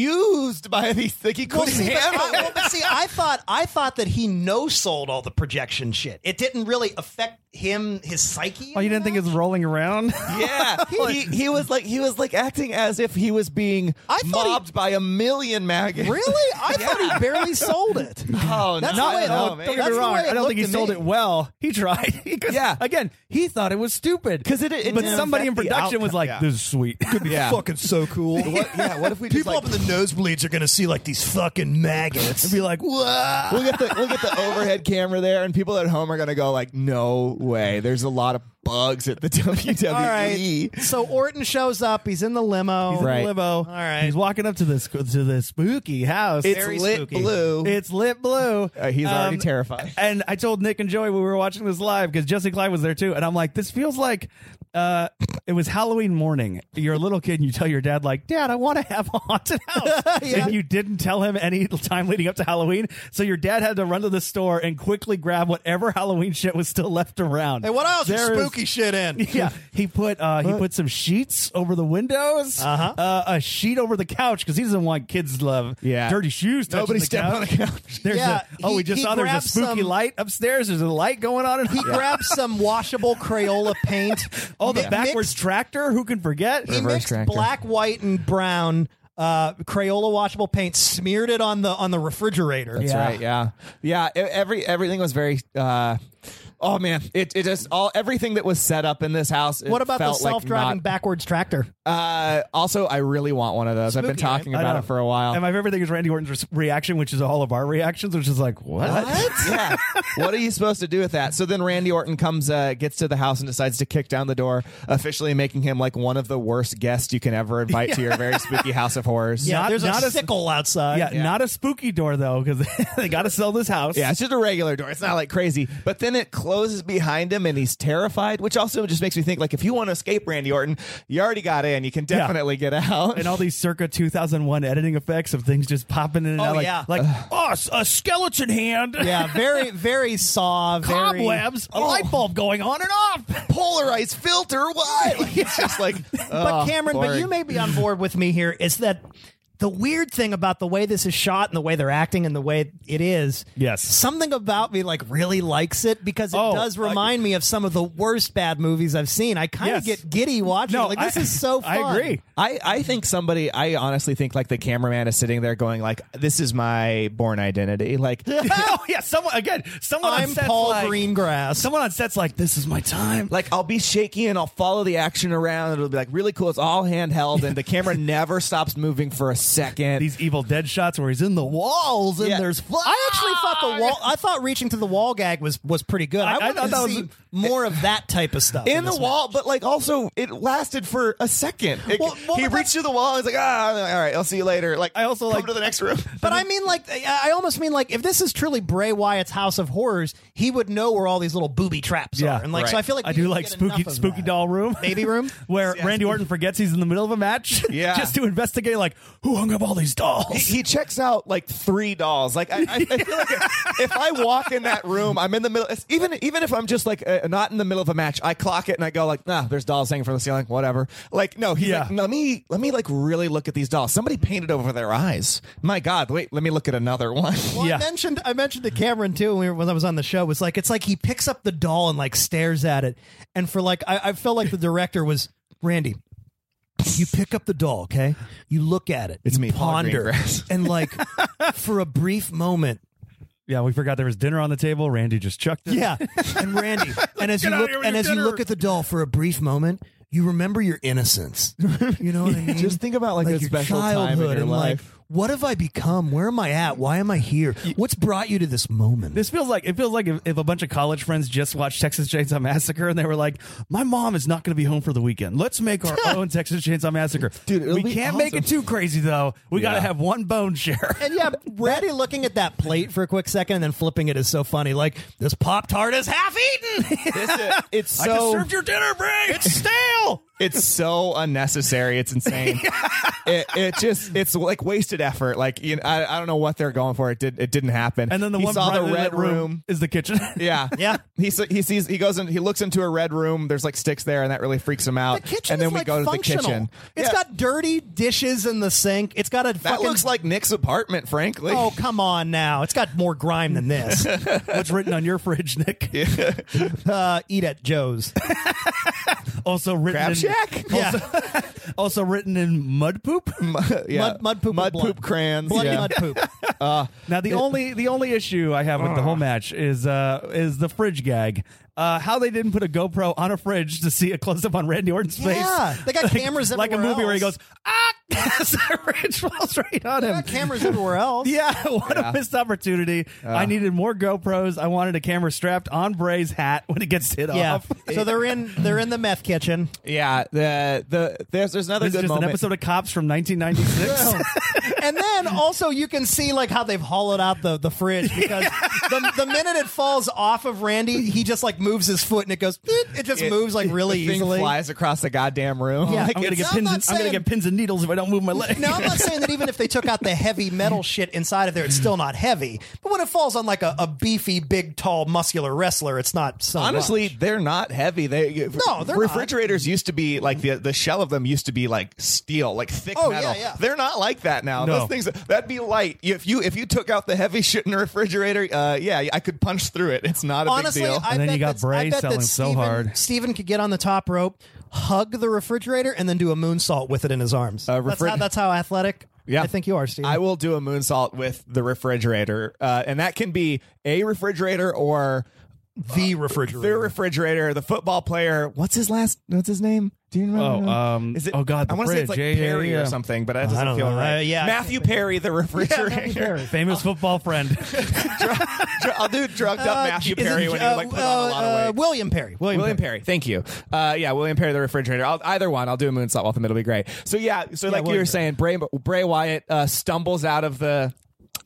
Speaker 4: confused by these like he
Speaker 2: Well,
Speaker 4: couldn't
Speaker 2: see, but,
Speaker 4: handle
Speaker 2: I- well, but see, I thought I thought that he no sold all the projection shit. It didn't really affect him, his psyche.
Speaker 3: Oh, you didn't think it's rolling around? [LAUGHS]
Speaker 4: yeah [LAUGHS] he, he was like he was like acting as if he was being
Speaker 2: I thought he-
Speaker 4: mobbed by a million maggots
Speaker 2: [LAUGHS]
Speaker 4: [LAUGHS]
Speaker 2: Really? I thought he barely sold
Speaker 3: [LAUGHS]
Speaker 2: it.
Speaker 4: oh
Speaker 2: That's
Speaker 4: no,
Speaker 2: the way it
Speaker 4: no,
Speaker 2: looked.
Speaker 4: man.
Speaker 2: That's
Speaker 3: Don't get
Speaker 2: the
Speaker 3: me wrong.
Speaker 2: way it
Speaker 3: I don't
Speaker 2: looked
Speaker 3: think he
Speaker 2: to
Speaker 3: sold
Speaker 2: me.
Speaker 3: it well. [LAUGHS] He tried. Because,
Speaker 4: Yeah.
Speaker 3: Again, he thought it was stupid.
Speaker 4: 'Cause it- it
Speaker 3: but
Speaker 4: didn't
Speaker 3: somebody in
Speaker 4: affect the
Speaker 3: production was
Speaker 4: outcome.
Speaker 3: like,
Speaker 4: Yeah.
Speaker 3: "This is sweet." [LAUGHS]
Speaker 4: Yeah.
Speaker 2: so cool.
Speaker 4: What- yeah, what if we just, like-
Speaker 2: the nosebleeds are going to see like these fucking maggots.
Speaker 3: be [LAUGHS] like, "Whoa!"
Speaker 4: [LAUGHS] We'll get the we'll get the overhead camera there, and people at home are gonna go like, "No way! There's a lot of bugs at the [LAUGHS] E." WWE."
Speaker 2: All right. So Orton shows up. He's in the limo.
Speaker 3: He's in the
Speaker 4: Right.
Speaker 3: limo. All
Speaker 2: right.
Speaker 3: He's walking up to this to this spooky house.
Speaker 4: It's
Speaker 2: Very
Speaker 4: lit
Speaker 2: spooky.
Speaker 4: blue.
Speaker 3: It's lit blue. Um,
Speaker 4: Uh, he's already terrified.
Speaker 3: And I told Nick and Joey we were watching this live because Jesse Clyde was there too. And I'm like, this feels like uh, it was Halloween morning. You're a little kid and you tell your dad, like, Dad, I want to have a haunted
Speaker 4: [LAUGHS]
Speaker 3: house. And you didn't tell him any time leading up to Halloween. So your dad had to run to the store and quickly grab whatever Halloween shit was still left around.
Speaker 2: Hey, what else is
Speaker 3: There is-
Speaker 2: spooky shit
Speaker 4: [LAUGHS]
Speaker 3: [LAUGHS]
Speaker 2: in?
Speaker 3: yeah, he put uh, he put some sheets over the windows, uh-huh. a sheet over the couch because he doesn't want kids love
Speaker 4: Yeah.
Speaker 3: dirty shoes. touching
Speaker 4: Nobody
Speaker 3: the
Speaker 4: step
Speaker 3: couch.
Speaker 4: on the couch.
Speaker 3: [LAUGHS] There's
Speaker 2: Yeah,
Speaker 3: a, oh,
Speaker 2: he-
Speaker 3: we just
Speaker 2: he
Speaker 3: saw there's a
Speaker 2: grabbed
Speaker 3: spooky
Speaker 2: some-
Speaker 3: light upstairs. There's a light going on. And
Speaker 2: He grabs some washable Crayola paint.
Speaker 3: oh, the
Speaker 2: mi-
Speaker 3: backwards
Speaker 2: mixed-
Speaker 3: tractor. Who can forget?
Speaker 2: He
Speaker 4: Reverse
Speaker 2: mixed
Speaker 4: tractor.
Speaker 2: black, white, and brown uh, Crayola washable paint, smeared it on the on the refrigerator.
Speaker 4: That's
Speaker 3: Yeah.
Speaker 4: right. Yeah, yeah. e- Every everything was very. uh Oh man, it it just all everything that was set up in this house. it
Speaker 2: What about the
Speaker 4: felt like
Speaker 2: self driving
Speaker 4: not-
Speaker 2: backwards tractor?
Speaker 4: Uh, also, I really want one of those. I've been
Speaker 2: Spooky, right?
Speaker 4: talking
Speaker 3: I
Speaker 4: about
Speaker 3: know.
Speaker 4: it for a while.
Speaker 3: And my favorite thing is Randy Orton's re- reaction, which is all of our reactions, which is like, what?
Speaker 4: [LAUGHS] yeah. What are you supposed to do with that? So then Randy Orton comes, uh, gets to the house and decides to kick down the door, officially making him like one of the worst guests you can ever invite to your very spooky house of horrors.
Speaker 2: Yeah,
Speaker 3: Not-
Speaker 2: there's
Speaker 3: not
Speaker 2: a
Speaker 3: a-
Speaker 2: sickle outside.
Speaker 3: Uh, Yeah, not a spooky door though, because [LAUGHS] they got to sell this house.
Speaker 4: Yeah, it's just a regular door. It's not like crazy. But then it closes behind him and he's terrified, which also just makes me think like if you want to escape Randy Orton, you already got in. You can definitely get out.
Speaker 3: and all these circa 2001 editing effects of things just popping in and
Speaker 2: Oh,
Speaker 3: out, like,
Speaker 2: yeah.
Speaker 3: like oh, s- a skeleton hand,
Speaker 2: Yeah, very, very saw, very
Speaker 3: [LAUGHS]
Speaker 2: Oh,
Speaker 3: cobwebs, a light bulb going on and off. [LAUGHS]
Speaker 4: polarized filter, what? [LAUGHS] Like, It's just like
Speaker 2: But
Speaker 4: oh,
Speaker 2: Cameron, but
Speaker 4: boring.
Speaker 2: you may be on board with me here is that the weird thing about the way this is shot and the way they're acting and the way it is,
Speaker 3: Yes.
Speaker 2: something about me like really likes it because it
Speaker 3: Oh,
Speaker 2: does remind me of some of the worst bad movies I've seen. I kind of
Speaker 3: Yes.
Speaker 2: get giddy watching. it. like this
Speaker 3: I-
Speaker 2: is so. fun.
Speaker 3: I agree.
Speaker 4: I, I think somebody I honestly think like the cameraman is sitting there going like this is my born
Speaker 2: [LAUGHS]
Speaker 4: identity like
Speaker 3: oh [LAUGHS] yeah, someone again, someone
Speaker 2: I'm
Speaker 3: on set's
Speaker 2: Paul
Speaker 3: like,
Speaker 2: Greengrass.
Speaker 3: Someone on set's like, this is my time.
Speaker 4: like I'll be shaky and I'll follow the action around it'll be like really cool it's all handheld and
Speaker 2: [LAUGHS]
Speaker 4: the camera never stops moving for a second
Speaker 3: These Evil Dead shots where he's in the walls and
Speaker 4: Yeah.
Speaker 3: there's fly.
Speaker 2: I actually thought the wall. I thought reaching to the wall gag was was pretty good. I,
Speaker 3: I- I
Speaker 2: wanted
Speaker 3: thought
Speaker 2: to
Speaker 3: that was-
Speaker 2: see more of that type of stuff
Speaker 4: in the
Speaker 2: this
Speaker 4: wall but like also it lasted for a second It-
Speaker 2: Well, well,
Speaker 4: he
Speaker 2: but
Speaker 4: reached through the wall and was like ah all right I'll see you later like
Speaker 3: I also
Speaker 4: come
Speaker 3: like-
Speaker 4: to the next room
Speaker 2: [LAUGHS] But I mean, like, I I almost mean like, if this is truly Bray Wyatt's House of Horrors, he would know where all these little booby traps
Speaker 3: Yeah,
Speaker 2: are, and like, so
Speaker 4: right.
Speaker 2: I feel like
Speaker 3: I
Speaker 2: we
Speaker 3: do
Speaker 2: didn't
Speaker 3: like
Speaker 2: get
Speaker 3: spooky
Speaker 2: enough of
Speaker 3: spooky
Speaker 2: that.
Speaker 3: doll room,
Speaker 2: baby room.
Speaker 3: [LAUGHS] where Randy Orton forgets he's in the middle of a match, [LAUGHS]
Speaker 4: Yeah.
Speaker 3: just to investigate like who hung up all these
Speaker 2: [LAUGHS]
Speaker 4: he,
Speaker 3: dolls.
Speaker 4: he checks out like three dolls. Like I, I, I feel like if, if I walk in that room, I'm in the middle. it's- Even even if I'm just like uh, not in the middle of a match, I clock it and I go like, nah, there's dolls hanging from the ceiling, whatever. Like no, he's
Speaker 3: Yeah.
Speaker 4: like, let me let me like really look at these dolls. Somebody painted over their eyes. My God, wait, let me look at another one.
Speaker 2: Well, I
Speaker 3: Yeah.
Speaker 2: mentioned I mentioned to Cameron too when, we were, when I was on the show was like it's like he picks up the doll and like stares at it, and for like I, I felt like the director was Randy. You pick up the doll, okay? You look at it.
Speaker 4: It's
Speaker 2: you
Speaker 4: me, Paul
Speaker 2: ponder,
Speaker 4: [LAUGHS] Greengrass.
Speaker 2: and like for a brief moment,
Speaker 3: Yeah, we forgot there was dinner on the table. Randy just chucked it.
Speaker 2: Yeah, and
Speaker 4: [LAUGHS]
Speaker 2: Randy, and as
Speaker 3: Get
Speaker 2: you
Speaker 3: out of
Speaker 2: look,
Speaker 3: here with
Speaker 2: and
Speaker 3: your
Speaker 2: as you
Speaker 3: dinner.
Speaker 2: look at the doll for a brief moment, you remember your innocence. You know what
Speaker 4: [LAUGHS]
Speaker 2: I mean?
Speaker 4: Just think about, like, that
Speaker 2: your
Speaker 4: special time in
Speaker 2: childhood
Speaker 4: your
Speaker 2: and like,
Speaker 4: life.
Speaker 2: what have I become? Where am I at? Why am I here? What's brought you to this moment?
Speaker 3: This feels like it feels like if, if a bunch of college friends just watched Texas Chainsaw Massacre and they were like, "My mom is not going to be home for the weekend. Let's
Speaker 2: [LAUGHS]
Speaker 3: make our own Texas Chainsaw Massacre."
Speaker 4: Dude, it'll
Speaker 3: we
Speaker 4: be
Speaker 3: can't make it too crazy though. We got to have one bone share.
Speaker 2: and
Speaker 4: [LAUGHS]
Speaker 2: yeah, Randy looking at that plate for a quick second and then flipping it is so funny. Like this pop tart is half [LAUGHS] eaten.
Speaker 4: it's
Speaker 3: [LAUGHS] I just
Speaker 4: so
Speaker 3: served your dinner, Bray. It's stale.
Speaker 4: it's so unnecessary.
Speaker 2: [LAUGHS]
Speaker 4: It's insane. it, it just it's like wasted effort. Like you know, I, I don't know what they're going for. It did it didn't happen.
Speaker 3: And then the
Speaker 4: he
Speaker 3: one
Speaker 4: saw the
Speaker 3: brightly
Speaker 4: red
Speaker 3: lit
Speaker 4: room.
Speaker 3: is the kitchen.
Speaker 4: Yeah,
Speaker 2: [LAUGHS] Yeah.
Speaker 4: He se- he sees he goes in he looks into a red room. There's like sticks there, and that really freaks him out.
Speaker 2: The kitchen
Speaker 4: and then
Speaker 2: is,
Speaker 4: we
Speaker 2: like,
Speaker 4: go to the
Speaker 2: functional.
Speaker 4: kitchen.
Speaker 2: It's
Speaker 4: Yeah.
Speaker 2: got dirty dishes in the sink. It's got a
Speaker 4: that
Speaker 2: fucking
Speaker 4: looks like Nick's apartment. Frankly,
Speaker 2: Oh come on now! It's got more grime than this.
Speaker 4: [LAUGHS]
Speaker 3: What's written on your fridge, Nick?
Speaker 2: Uh, eat at Joe's.
Speaker 3: Also written
Speaker 4: Crab
Speaker 3: in,
Speaker 4: Shack.
Speaker 2: Yeah.
Speaker 3: [LAUGHS] Also written in mud poop.
Speaker 4: [LAUGHS] Yeah.
Speaker 2: Mud- mud poop with
Speaker 4: mud
Speaker 2: blood.
Speaker 4: poop crayons.
Speaker 2: Bloody
Speaker 4: yeah.
Speaker 2: mud poop.
Speaker 4: [LAUGHS]
Speaker 3: Now the only the only issue I have with the whole match is uh is the fridge gag. Uh, how they didn't put a GoPro on a fridge to see a close up on Randy Orton's face.
Speaker 2: Yeah, they got
Speaker 3: [LAUGHS] Like-
Speaker 2: cameras
Speaker 3: like a
Speaker 2: everywhere
Speaker 3: movie where he
Speaker 2: else.
Speaker 3: goes ah, [LAUGHS] as the fridge falls right on
Speaker 2: They
Speaker 3: him.
Speaker 2: got cameras everywhere else.
Speaker 3: Yeah, [LAUGHS] what a missed opportunity. I needed more GoPros. I wanted a camera strapped on Bray's hat when it gets hit
Speaker 2: Yeah.
Speaker 3: off. [LAUGHS]
Speaker 2: So they're in they're in the meth kitchen.
Speaker 4: Yeah, the the there's there's another
Speaker 3: This
Speaker 4: good
Speaker 3: is just
Speaker 4: moment.
Speaker 3: an episode of Cops
Speaker 4: [LAUGHS]
Speaker 3: from 1996.
Speaker 2: and then also you can see like how they've hollowed out the, the
Speaker 4: [LAUGHS]
Speaker 2: fridge because the, the minute it falls off of Randy, he just like moves his foot and it goes [LAUGHS] "Boop." it just
Speaker 4: It-
Speaker 2: moves like really
Speaker 4: the thing
Speaker 2: easily.
Speaker 4: flies across the goddamn room.
Speaker 2: Yeah.
Speaker 4: [LAUGHS] Like,
Speaker 3: I'm gonna
Speaker 4: it's-
Speaker 3: get
Speaker 2: I'm
Speaker 3: pins.
Speaker 2: not
Speaker 3: And, I'm gonna
Speaker 2: saying-
Speaker 3: get pins and needles if I don't move my leg.
Speaker 2: Now I'm not saying that even if they took out the heavy metal shit inside of there, it's still not heavy. But when it falls on like a, a beefy, big, tall, muscular wrestler, it's not so
Speaker 4: Honestly,
Speaker 2: much.
Speaker 4: they're not heavy. They
Speaker 2: No, they're not.
Speaker 4: refrigerators used to be like the the shell of them used to be like steel, like thick
Speaker 2: Oh, yeah,
Speaker 4: metal.
Speaker 2: yeah.
Speaker 4: They're not like that now.
Speaker 3: No.
Speaker 4: Those things that'd be light. If you if you took out the heavy [LAUGHS] shit in the refrigerator, uh, yeah, I could punch through it. It's not a
Speaker 2: Honestly,
Speaker 4: big deal.
Speaker 2: I
Speaker 3: And then
Speaker 2: bet
Speaker 3: you got
Speaker 2: that,
Speaker 3: Bray
Speaker 2: I bet
Speaker 3: selling
Speaker 2: that
Speaker 3: so
Speaker 2: Steven,
Speaker 3: hard.
Speaker 2: Steven could get on the top rope, hug the refrigerator, and then do a moonsault with it in his arms.
Speaker 4: Uh,
Speaker 2: that's,
Speaker 4: refri-
Speaker 2: how, that's how athletic
Speaker 4: Yeah.
Speaker 2: I think you are, Steven.
Speaker 4: I will do a moonsault with the refrigerator, uh, and that can be a refrigerator or
Speaker 2: the refrigerator.
Speaker 4: the refrigerator. The football player, what's his last? What's his name? Do you remember?
Speaker 3: Oh, um,
Speaker 4: Mm-hmm. Is it,
Speaker 3: oh, God, the
Speaker 4: I want to say it's like
Speaker 3: fridge. Yeah, yeah,
Speaker 4: Perry
Speaker 3: yeah.
Speaker 4: or something, but that doesn't
Speaker 2: don't
Speaker 4: feel
Speaker 2: know.
Speaker 4: right.
Speaker 2: Uh, [LAUGHS] yeah, I
Speaker 4: Matthew Perry, Oh. the refrigerator.
Speaker 3: Famous football friend.
Speaker 4: [LAUGHS] Dr- I'll do drugged up Matthew
Speaker 2: Is it,
Speaker 4: Perry when
Speaker 2: uh,
Speaker 4: he like put on a lot
Speaker 2: uh,
Speaker 4: of
Speaker 2: uh,
Speaker 4: weight.
Speaker 2: William Perry. William,
Speaker 4: William Perry. thank you. Uh, yeah, William Perry, the refrigerator. I'll, either one, I'll do a moonsault with him. It'll be great. So yeah, so like you
Speaker 2: William
Speaker 4: were
Speaker 2: Perry.
Speaker 4: saying, Bray Bray Wyatt uh, stumbles out of the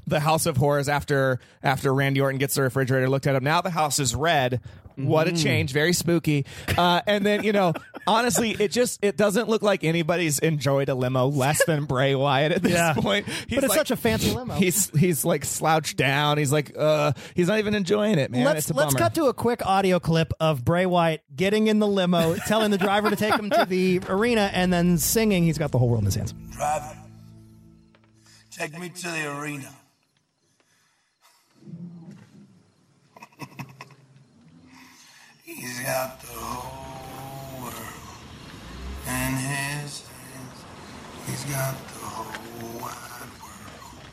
Speaker 4: the House of Horrors after after Randy Orton gets the refrigerator looked at him. Now the house is red. What
Speaker 2: Mm-hmm.
Speaker 4: a change! Very spooky. Uh, and then you know, [LAUGHS] honestly, it just it doesn't look like anybody's enjoyed a limo less than Bray Wyatt at this
Speaker 3: Yeah.
Speaker 4: point. He's
Speaker 2: But it's
Speaker 4: like-
Speaker 2: such a fancy limo.
Speaker 4: He's he's like slouched down. He's like uh he's not even enjoying it, man.
Speaker 2: let's
Speaker 4: it's a
Speaker 2: let's
Speaker 4: bummer.
Speaker 2: cut to a quick audio clip of Bray Wyatt getting in the [LAUGHS] limo, telling the driver to take him to the arena, and then singing. He's got the whole world in his hands.
Speaker 5: Driver, take me to the arena. [LAUGHS] He's got the whole world in his hands. He's got the whole wide world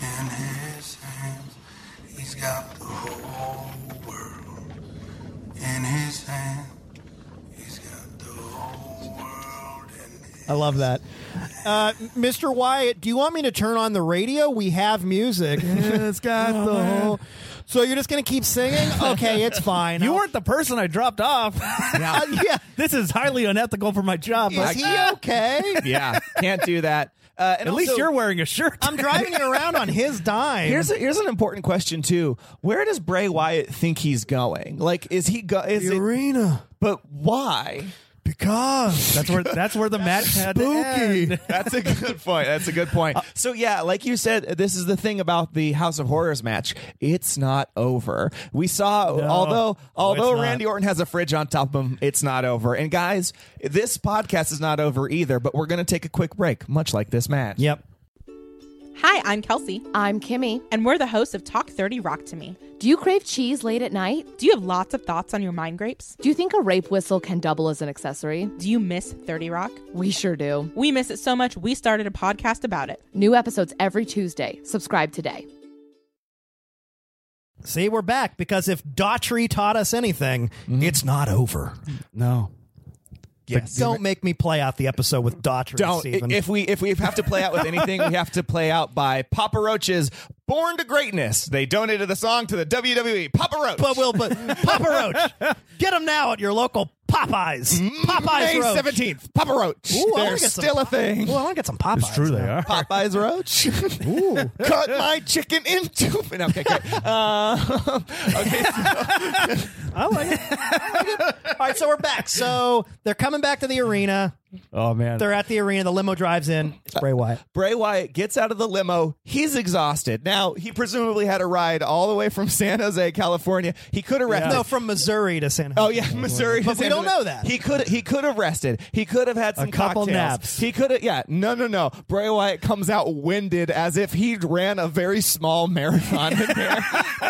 Speaker 5: in his hands. He's got the whole world in his hands. He's got the whole world in his
Speaker 2: I love that. Uh, Mr. Wyatt, do you want me to turn on the radio? We have music. [LAUGHS] Oh, it's got the whole. So you're just gonna keep [LAUGHS] singing? Okay, it's fine.
Speaker 3: You
Speaker 2: I'll-
Speaker 3: weren't the person I dropped off.
Speaker 2: Uh,
Speaker 3: [LAUGHS]
Speaker 2: [LAUGHS] yeah. "Ah."
Speaker 3: this is highly unethical for my job.
Speaker 2: Is
Speaker 3: but
Speaker 2: he okay?
Speaker 4: yeah, can't do that. Uh, and
Speaker 3: at least
Speaker 4: also-
Speaker 3: you're wearing a shirt.
Speaker 2: I'm driving you around on his dime.
Speaker 4: Here's a, here's an important question too. Where does Bray Wyatt think he's going? Like, is he go? Is it,
Speaker 2: arena
Speaker 4: but why?
Speaker 2: because
Speaker 3: [LAUGHS] that's where that's where the match had to
Speaker 2: spooky.
Speaker 3: end.
Speaker 4: [LAUGHS] That's a good point. That's a good point. Uh, So yeah, like you said, this is the thing about the House of Horrors match. It's not over. We saw although although
Speaker 3: not.
Speaker 4: Randy Orton has a fridge on top of him, it's not over. And guys, this podcast is not over either. But we're gonna take a quick break, much like this match.
Speaker 2: Yep.
Speaker 6: Hi, I'm Kelsey,
Speaker 7: I'm Kimmy.
Speaker 6: and we're the hosts of Talk 30 Rock to Me.
Speaker 7: Do you crave cheese late at night?
Speaker 6: Do you have lots of thoughts on your mind grapes?
Speaker 7: Do you think a rape whistle can double as an accessory?
Speaker 6: Do you miss 30 Rock?
Speaker 7: We sure do.
Speaker 6: We miss it so much, we started a podcast about it.
Speaker 7: New episodes every Tuesday. Subscribe today.
Speaker 2: See, we're back because if Daughtry taught us anything, it's not over.
Speaker 3: No.
Speaker 4: Yes.
Speaker 2: Don't make me play out the episode with Daughtry,
Speaker 4: Don't.
Speaker 2: Steven.
Speaker 4: If we if we have to play out with anything, we have to play out by Papa Roach's "Born to Greatness." They donated the song to the WWE. Papa Roach.
Speaker 2: but will but
Speaker 4: [LAUGHS]
Speaker 2: Papa Roach, get them now at your local Popeyes.
Speaker 4: Mm-hmm.
Speaker 2: Popeyes
Speaker 4: May
Speaker 2: Roach.
Speaker 4: seventeenth. Papa Roach.
Speaker 2: Ooh, I wanna
Speaker 4: They're
Speaker 2: get some
Speaker 4: still a
Speaker 2: Popeyes.
Speaker 4: thing.
Speaker 2: Ooh, I want to get some Popeyes.
Speaker 3: It's true, they are.
Speaker 4: Popeyes Roach.
Speaker 2: Ooh.
Speaker 4: [LAUGHS] Cut my chicken into. [LAUGHS] No, okay, okay. Um, [LAUGHS] okay.
Speaker 2: I like it. I like it. All right, so we're back. So they're coming back to the arena.
Speaker 3: Oh man.
Speaker 2: They're at the arena. The limo drives in. It's Bray Wyatt.
Speaker 4: Bray Wyatt gets out of the limo. He's exhausted. Now, he presumably had a ride all the way from San Jose, California. He could have rested.
Speaker 2: No, from Missouri to San Jose.
Speaker 4: Oh yeah, [LAUGHS] Missouri.
Speaker 2: But we don't know that.
Speaker 4: He could he could have rested. He could have had some
Speaker 2: couple
Speaker 4: cocktails.
Speaker 2: naps.
Speaker 4: He could have yeah. No no no. Bray Wyatt comes out winded as if he ran a very small marathon in
Speaker 2: [LAUGHS]
Speaker 4: there.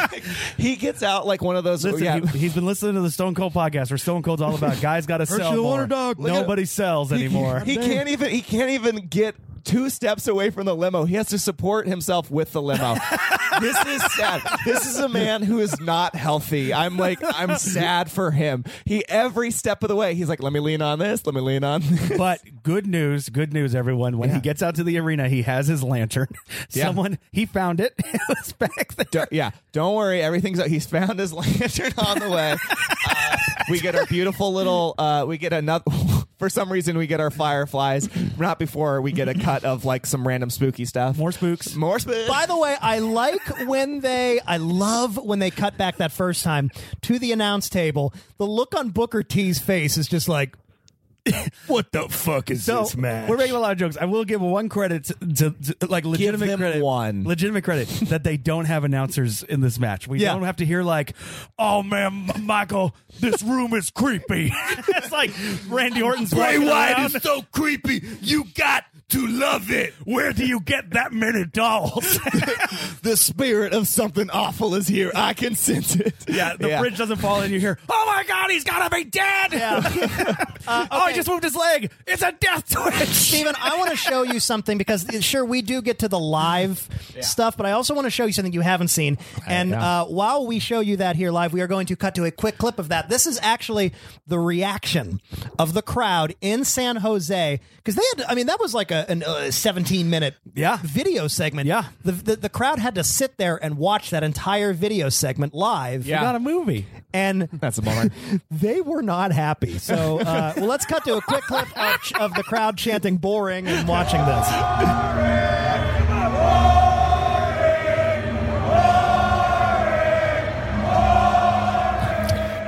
Speaker 4: [LAUGHS] he gets out like one of those
Speaker 3: Listen,
Speaker 4: yeah.
Speaker 3: he, has been listening to the Stone Cold podcast where Stone Cold's all about guys got to sell
Speaker 4: the
Speaker 3: more.
Speaker 4: water dog. Look at-
Speaker 3: Nobody sells anymore.
Speaker 4: [LAUGHS] He can't even he can't even get two steps away from the limo. He has to support himself with
Speaker 2: [LAUGHS]
Speaker 4: the limo. this is sad. This is a man who is not healthy. I'm like I'm sad for him. He every step of the way he's like let me lean on this, let me lean on this.
Speaker 3: But good news, good news, everyone. When he gets out to the arena, he has his lantern.
Speaker 4: Yeah.
Speaker 3: Someone he found it. [LAUGHS] It was back there.
Speaker 4: Don't- yeah, don't worry. Everything's he's found his [LAUGHS] lantern on the way. Uh, we get our beautiful little. Uh, we get another. [LAUGHS] For some reason, we get our fireflies. Not before we get a cut of like some random spooky stuff.
Speaker 3: More spooks.
Speaker 4: More spooks.
Speaker 2: By the way, I like when they, I love when they cut back that first time to the announce table. The look on Booker T's face is just like, what the fuck is
Speaker 3: So
Speaker 2: this, man?
Speaker 3: we're making a lot of jokes. I will give one credit to, to, to- like legitimate
Speaker 4: them
Speaker 3: credit.
Speaker 4: one.
Speaker 3: legitimate [LAUGHS] credit that they don't have announcers in this match. We
Speaker 2: Yeah.
Speaker 3: don't have to hear like, "Oh man, M- Michael, this room is creepy." [LAUGHS] it's like Randy Orton's Bray Wyatt is so creepy. You got to love it. Where do you get that many dolls? [LAUGHS]
Speaker 4: the spirit of something awful is here. I can sense it.
Speaker 3: [LAUGHS] yeah, the bridge doesn't fall, and you hear, "Oh my God, he's gotta be dead!" [LAUGHS] oh, he just moved his leg. It's a death [LAUGHS] twitch.
Speaker 2: Steven, I want to show you something because uh, sure we do get to the live stuff, but I also want to show you something you haven't seen. And uh, while we show you that here live, we are going to cut to a quick clip of that. This is actually the reaction of the crowd in San Jose because they had. I mean, that was like a an, uh, seventeen minute
Speaker 3: Yeah.
Speaker 2: video segment.
Speaker 3: Yeah.
Speaker 2: the, the the crowd had to sit there and watch that entire video segment live.
Speaker 3: We got a movie.
Speaker 2: and
Speaker 4: [LAUGHS] That's a bummer.
Speaker 2: [LAUGHS] they were not happy. So, uh, well, let's cut to a quick clip of, of the crowd chanting "boring" and watching this.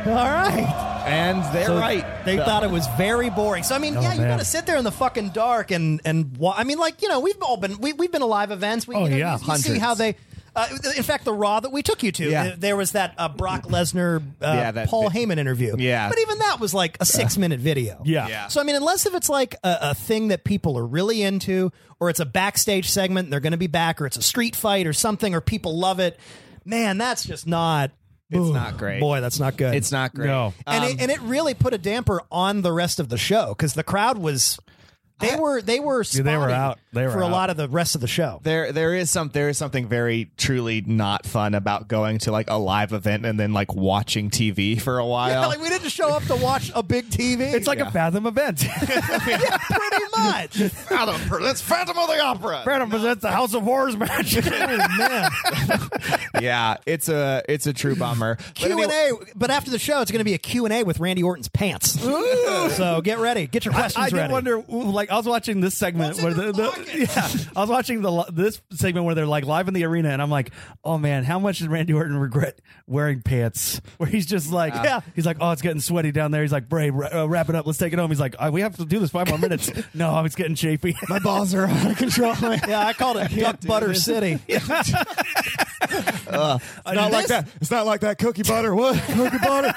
Speaker 2: All right.
Speaker 4: and they're
Speaker 2: So
Speaker 4: right.
Speaker 2: They thought it was very boring. So I
Speaker 4: Oh,
Speaker 2: mean, yeah, you
Speaker 3: man.
Speaker 2: got to sit there in the fucking dark and and wa- I mean, like you know, we've all been we we've been to live events. We,
Speaker 3: Oh,
Speaker 2: you know,
Speaker 3: yeah,
Speaker 2: you- you see how they. Uh, in fact, the Raw that we took you to,
Speaker 4: Yeah.
Speaker 2: th- there was that uh, Brock Lesnar, uh,
Speaker 4: Yeah, that
Speaker 2: Paul
Speaker 4: vi-
Speaker 2: Heyman interview.
Speaker 4: Yeah.
Speaker 2: but even that was like a six minute video.
Speaker 3: Yeah. Yeah.
Speaker 2: So I mean, unless if it's like a, a thing that people are really into, or it's a backstage segment, and they're going to be back, or it's a street fight or something, or people love it. Man, that's just not.
Speaker 4: It's not great.
Speaker 2: Boy, that's not good.
Speaker 4: it's not great.
Speaker 3: No.
Speaker 2: And, it, and it really put a damper on the rest of the show because the crowd was they were they were
Speaker 3: they were
Speaker 2: spotting
Speaker 3: out. They were
Speaker 2: for a
Speaker 3: out.
Speaker 2: lot of the rest of the show.
Speaker 4: There, there is some, there is something very truly not fun about going to like a live event and then like watching TV for a while.
Speaker 2: Yeah, like we didn't show up to watch a big TV. [LAUGHS]
Speaker 3: It's like a Fathom event. [LAUGHS]
Speaker 2: pretty much.
Speaker 4: Phantom, let's Phantom of the Opera.
Speaker 3: Phantom presents the House of Horrors [LAUGHS] match.
Speaker 2: Man,
Speaker 4: yeah, it's a, it's a true bummer. But
Speaker 2: Q and A. But after the show, it's going to be a Q and A with Randy Orton's pants. so get ready. Get your questions
Speaker 3: I did
Speaker 2: ready.
Speaker 3: wonder, like, I was watching this segment where the, the [LAUGHS] yeah, I was watching the li- this segment where they're like live in the arena, and I'm like, oh man, how much did Randy Orton regret wearing pants? [LAUGHS] Where he's just like, yeah, [LAUGHS] he's like, oh, it's getting sweaty down there. He's like, Bray, ra- uh, wrap it up, let's take it home. He's like, uh, we have to do this five more minutes. no, I was getting chafy.
Speaker 4: My balls are out of
Speaker 3: [LAUGHS]
Speaker 4: control.
Speaker 2: [LAUGHS] yeah, I called it Duck Butter City.
Speaker 4: not
Speaker 3: like
Speaker 4: that. It's not like that cookie butter. What cookie butter?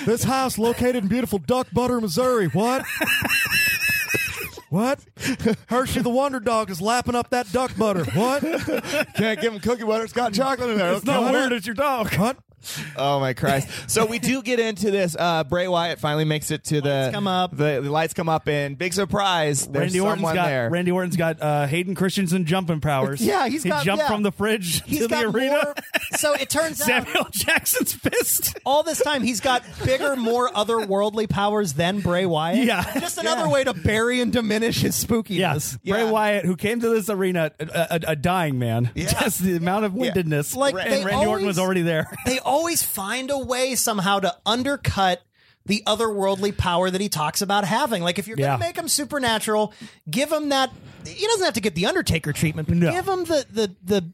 Speaker 4: [LAUGHS]
Speaker 3: this house located in beautiful Duck Butter, Missouri. What? what? Hershey the Wonder Dog is lapping up that duck butter. What?
Speaker 4: Can't give him cookie butter. It's got chocolate in there.
Speaker 3: It's not weird. It's your dog. What?
Speaker 4: Oh my Christ! So we do get into this. Uh, Bray Wyatt finally makes it to the
Speaker 2: Lights come up.
Speaker 4: The, the lights come up, and big surprise, there's
Speaker 3: Randy Orton's
Speaker 4: someone
Speaker 3: got
Speaker 4: there.
Speaker 3: Randy Orton's got uh, Hayden Christensen jumping powers.
Speaker 2: Yeah, he's
Speaker 3: he
Speaker 2: got-
Speaker 3: jumped
Speaker 2: yeah.
Speaker 3: from the fridge [LAUGHS]
Speaker 2: He's
Speaker 3: to
Speaker 2: got
Speaker 3: the arena.
Speaker 2: more. So it turns
Speaker 3: [LAUGHS]
Speaker 2: out
Speaker 3: Samuel Jackson's fist.
Speaker 2: all this time he's got bigger, more otherworldly powers than Bray Wyatt.
Speaker 3: Yeah.
Speaker 2: just another way to bury and diminish his spookiness.
Speaker 3: Yes,
Speaker 4: Yeah.
Speaker 3: Bray Wyatt, who came to this arena a, a, a dying man, just the amount of woundedness.
Speaker 2: Like,
Speaker 3: and
Speaker 2: they
Speaker 3: Randy Orton
Speaker 2: always-
Speaker 3: was already there.
Speaker 2: [LAUGHS] they always find a way somehow to undercut the otherworldly power that he talks about having. Like if you're
Speaker 3: Yeah.
Speaker 2: gonna make him supernatural, give him that. He doesn't have to get the Undertaker treatment, but
Speaker 3: No.
Speaker 2: give him the the the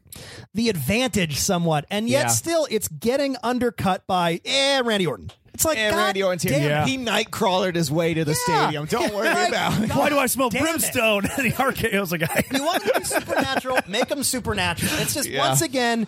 Speaker 2: the advantage somewhat. And yet
Speaker 3: Yeah.
Speaker 2: still, it's getting undercut by eh, Randy Orton. It's like
Speaker 3: Eh,
Speaker 4: and
Speaker 2: God
Speaker 4: Randy Orton's here.
Speaker 2: damn,
Speaker 3: Yeah.
Speaker 4: He nightcrawlered his way to the
Speaker 2: Yeah.
Speaker 4: stadium. Don't [LAUGHS] worry
Speaker 2: Like,
Speaker 4: about it.
Speaker 2: God
Speaker 3: Why do I smell
Speaker 2: damn it.
Speaker 3: brimstone? [LAUGHS] and he RKO's a guy.
Speaker 2: You want them to be supernatural, make them supernatural. It's just
Speaker 4: Yeah.
Speaker 2: once again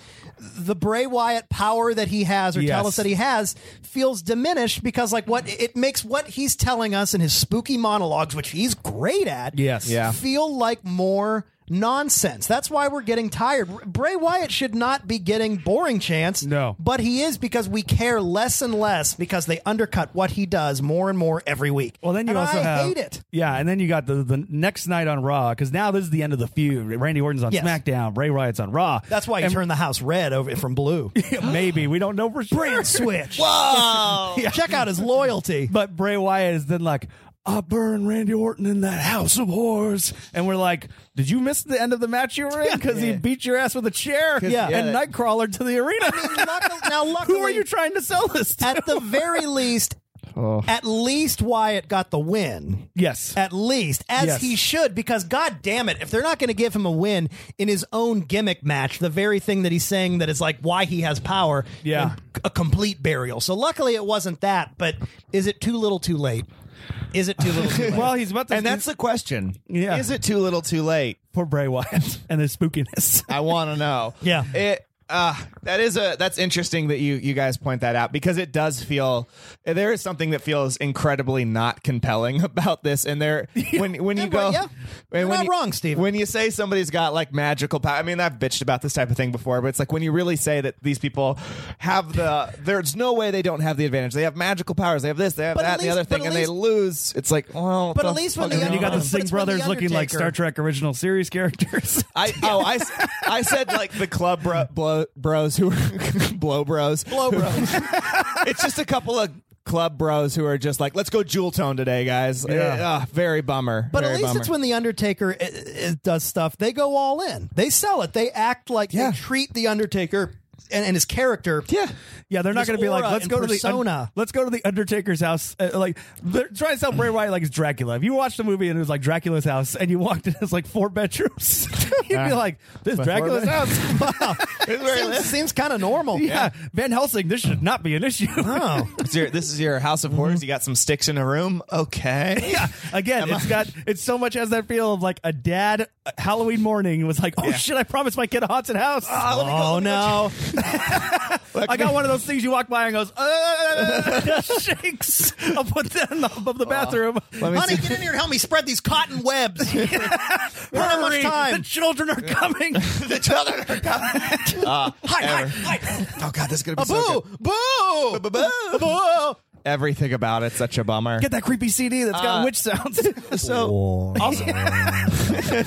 Speaker 2: the Bray Wyatt power that he has or
Speaker 3: Yes.
Speaker 2: tell us that he has feels diminished because like what it makes what he's telling us in his spooky monologues, which he's great at,
Speaker 3: Yes. Yeah.
Speaker 2: feel like more nonsense. That's why we're getting tired. Bray Wyatt should not be getting boring chance.
Speaker 3: No.
Speaker 2: But he is because we care less and less because they undercut what he does more and more every week.
Speaker 3: [LAUGHS] Well, then you
Speaker 2: And
Speaker 3: also
Speaker 2: I
Speaker 3: have
Speaker 2: hate it.
Speaker 3: Yeah, and then you got the the next night on Raw because now this is the end of the feud. Randy Orton's on
Speaker 2: Yes.
Speaker 3: SmackDown, Bray Wyatt's on Raw.
Speaker 2: That's why he
Speaker 3: And
Speaker 2: turned the house red over from blue.
Speaker 3: [LAUGHS] maybe we don't know for sure.
Speaker 2: Brain
Speaker 3: [LAUGHS]
Speaker 2: switch. [LAUGHS]
Speaker 4: Whoa!
Speaker 2: Check out his loyalty.
Speaker 3: But Bray Wyatt is then like, I burn Randy Orton in that house of whores. And we're like, did you miss the end of the match you were in? Because he beat your ass with a chair
Speaker 2: Yeah.
Speaker 3: and Nightcrawler to the
Speaker 2: [LAUGHS]
Speaker 3: arena.
Speaker 2: Luckily- now, luckily,
Speaker 3: [LAUGHS] Who are you Oh. trying to sell this to?
Speaker 2: at the very least, at least Wyatt got the win.
Speaker 3: yes.
Speaker 2: At least, as
Speaker 3: Yes.
Speaker 2: he should, because god damn it, if they're not going to give him a win in his own gimmick match, the very thing that he's saying that is like why he has power,
Speaker 3: Yeah.
Speaker 2: and a complete burial. So luckily, it wasn't that. But is it too little, too late? Is it too
Speaker 3: [LAUGHS]
Speaker 2: little? Too late?
Speaker 3: well, he's about to.
Speaker 4: And that's the question.
Speaker 3: Yeah.
Speaker 4: Is it too little, too late?
Speaker 3: poor Bray Wyatt [LAUGHS] and his spookiness.
Speaker 4: I want to know.
Speaker 2: [LAUGHS] Yeah.
Speaker 4: It. Uh, that is a that's interesting that you you guys point that out because it does feel there is something that feels incredibly not compelling [LAUGHS] about this and there when when
Speaker 2: [LAUGHS]
Speaker 4: you
Speaker 2: Yeah,
Speaker 4: go
Speaker 2: yeah. You're
Speaker 4: and when
Speaker 2: not
Speaker 4: you-
Speaker 2: wrong, Steven.
Speaker 4: when you say somebody's got like magical power I mean I've bitched about this type of thing before but it's like when you really say that these people have the there's no way they don't have the advantage they have magical powers they have this they have
Speaker 2: But
Speaker 4: that
Speaker 2: at
Speaker 4: and the
Speaker 2: least-
Speaker 4: other thing
Speaker 2: but at
Speaker 4: and
Speaker 2: least-
Speaker 4: they lose it's like well
Speaker 2: But at least when the
Speaker 3: and then you got
Speaker 2: Oh.
Speaker 3: the
Speaker 2: But
Speaker 3: Singh
Speaker 2: it's when the
Speaker 3: brothers looking like
Speaker 2: Undertaker-
Speaker 3: Star Trek original series characters.
Speaker 4: I oh I, s- I said like the club bro, blow, bros who are blow bros
Speaker 2: Oh,
Speaker 4: blow bros. it's just a couple of club bros who are just like let's go jewel tone today, guys.
Speaker 3: Yeah.
Speaker 4: Uh, very bummer.
Speaker 2: But
Speaker 4: Very
Speaker 2: at least
Speaker 4: bummer.
Speaker 2: it's when the Undertaker i i does stuff. They go all in. They sell it. They act like
Speaker 4: Yeah.
Speaker 2: they treat the Undertaker and, and his character.
Speaker 4: yeah.
Speaker 3: Yeah, they're not
Speaker 2: His
Speaker 3: going to be like,
Speaker 2: aura
Speaker 3: let's
Speaker 2: and
Speaker 3: go to the un-
Speaker 2: persona.
Speaker 3: let's go to the Undertaker's house. Uh, like they're trying to sell Bray Wyatt like it's Dracula. If you watched the movie and it was like Dracula's house, and you walked in, it's like four bedrooms. [LAUGHS] You'd be
Speaker 4: Yeah.
Speaker 3: like, this
Speaker 4: But
Speaker 3: Dracula's
Speaker 4: four bed-
Speaker 3: house.
Speaker 4: [LAUGHS]
Speaker 2: Wow, seems, seems kind of normal.
Speaker 3: yeah. Van Helsing. This should not be an issue.
Speaker 2: Oh,
Speaker 4: It's your- this is your house of horrors. You got some sticks in a room. Okay.
Speaker 3: [LAUGHS] yeah. Again, it's got it so much has that feel of like a dad uh, Halloween morning was like, oh shit, I promised my kid a haunted house.
Speaker 4: Ah,
Speaker 2: oh no!
Speaker 3: I got one of those things you walk by and goes, uh, [LAUGHS] shakes. I'll put that in the, above the bathroom.
Speaker 4: Let me
Speaker 2: Honey,
Speaker 4: see.
Speaker 2: get in here and help me spread these cotton
Speaker 4: [LAUGHS]
Speaker 2: webs. We're not much
Speaker 3: Hurry,
Speaker 2: time.
Speaker 3: The children
Speaker 2: [LAUGHS]
Speaker 3: are coming.
Speaker 4: the children are
Speaker 3: [LAUGHS]
Speaker 4: coming. Uh,
Speaker 2: Hi, hi,
Speaker 4: ever.
Speaker 2: hi.
Speaker 4: Oh god, this is gonna be so
Speaker 2: Boo,
Speaker 4: good.
Speaker 2: boo,
Speaker 4: Boo, boo, boo. Everything about it's such a bummer.
Speaker 3: Get that creepy CD that's got
Speaker 4: Uh,
Speaker 2: [LAUGHS]
Speaker 3: witch sounds. [LAUGHS]
Speaker 4: so also [LAUGHS] we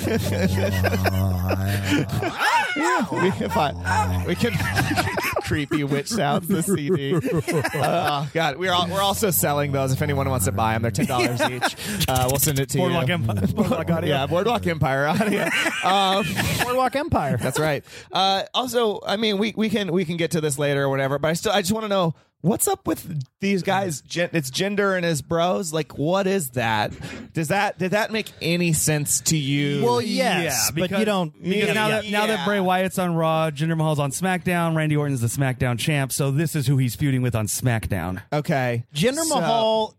Speaker 4: can find we can [LAUGHS] creepy witch sounds the
Speaker 3: [LAUGHS]
Speaker 4: CD. Oh God, we're all, we're also selling those. If anyone wants to buy them, they're ten dollars each. Uh, we'll send it to
Speaker 3: Boardwalk
Speaker 4: you.
Speaker 3: Empire. Boardwalk Audio.
Speaker 4: Yeah, Boardwalk Empire [LAUGHS] audio. Um,
Speaker 2: Boardwalk Empire.
Speaker 4: that's right. Uh, also, I mean, we, we can we can get to this later or whatever. But I still I just want to know what's up with these guys. Gen- it's gender and his bros. Like, what is that? Does that did that make any sense to you?
Speaker 2: Well, [LAUGHS] yes,
Speaker 3: Yeah,
Speaker 2: but
Speaker 3: because-
Speaker 2: you don't.
Speaker 3: Because
Speaker 2: yeah,
Speaker 3: now,
Speaker 2: yeah.
Speaker 3: That, now that
Speaker 4: Yeah.
Speaker 3: Bray Wyatt's on Raw, Jinder Mahal's on SmackDown, Randy Orton's the SmackDown champ, so this is who he's feuding with on SmackDown.
Speaker 4: okay,
Speaker 2: Jinder
Speaker 4: So-
Speaker 2: Mahal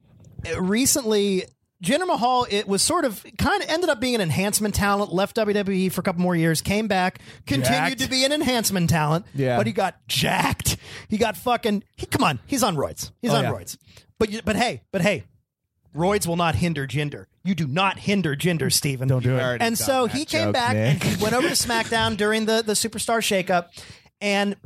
Speaker 2: uh, recently. Jinder Mahal, it was sort of kind of ended up being an enhancement talent. Left WWE for a couple more years, came back, continued
Speaker 3: Jacked.
Speaker 2: to be an enhancement talent.
Speaker 4: Yeah.
Speaker 2: but he got jacked. He got fucking. He, come on, he's on roids. He's
Speaker 3: Oh,
Speaker 2: on
Speaker 3: yeah.
Speaker 2: roids. But you, but hey, but hey, roids will not hinder gender. You do not hinder gender, Steven. Don't
Speaker 3: Mm. do it.
Speaker 4: already
Speaker 2: And
Speaker 4: got
Speaker 2: so
Speaker 4: that
Speaker 2: he came
Speaker 4: joke,
Speaker 2: back
Speaker 4: Nick.
Speaker 2: and he went over to SmackDown during the the Superstar shakeup and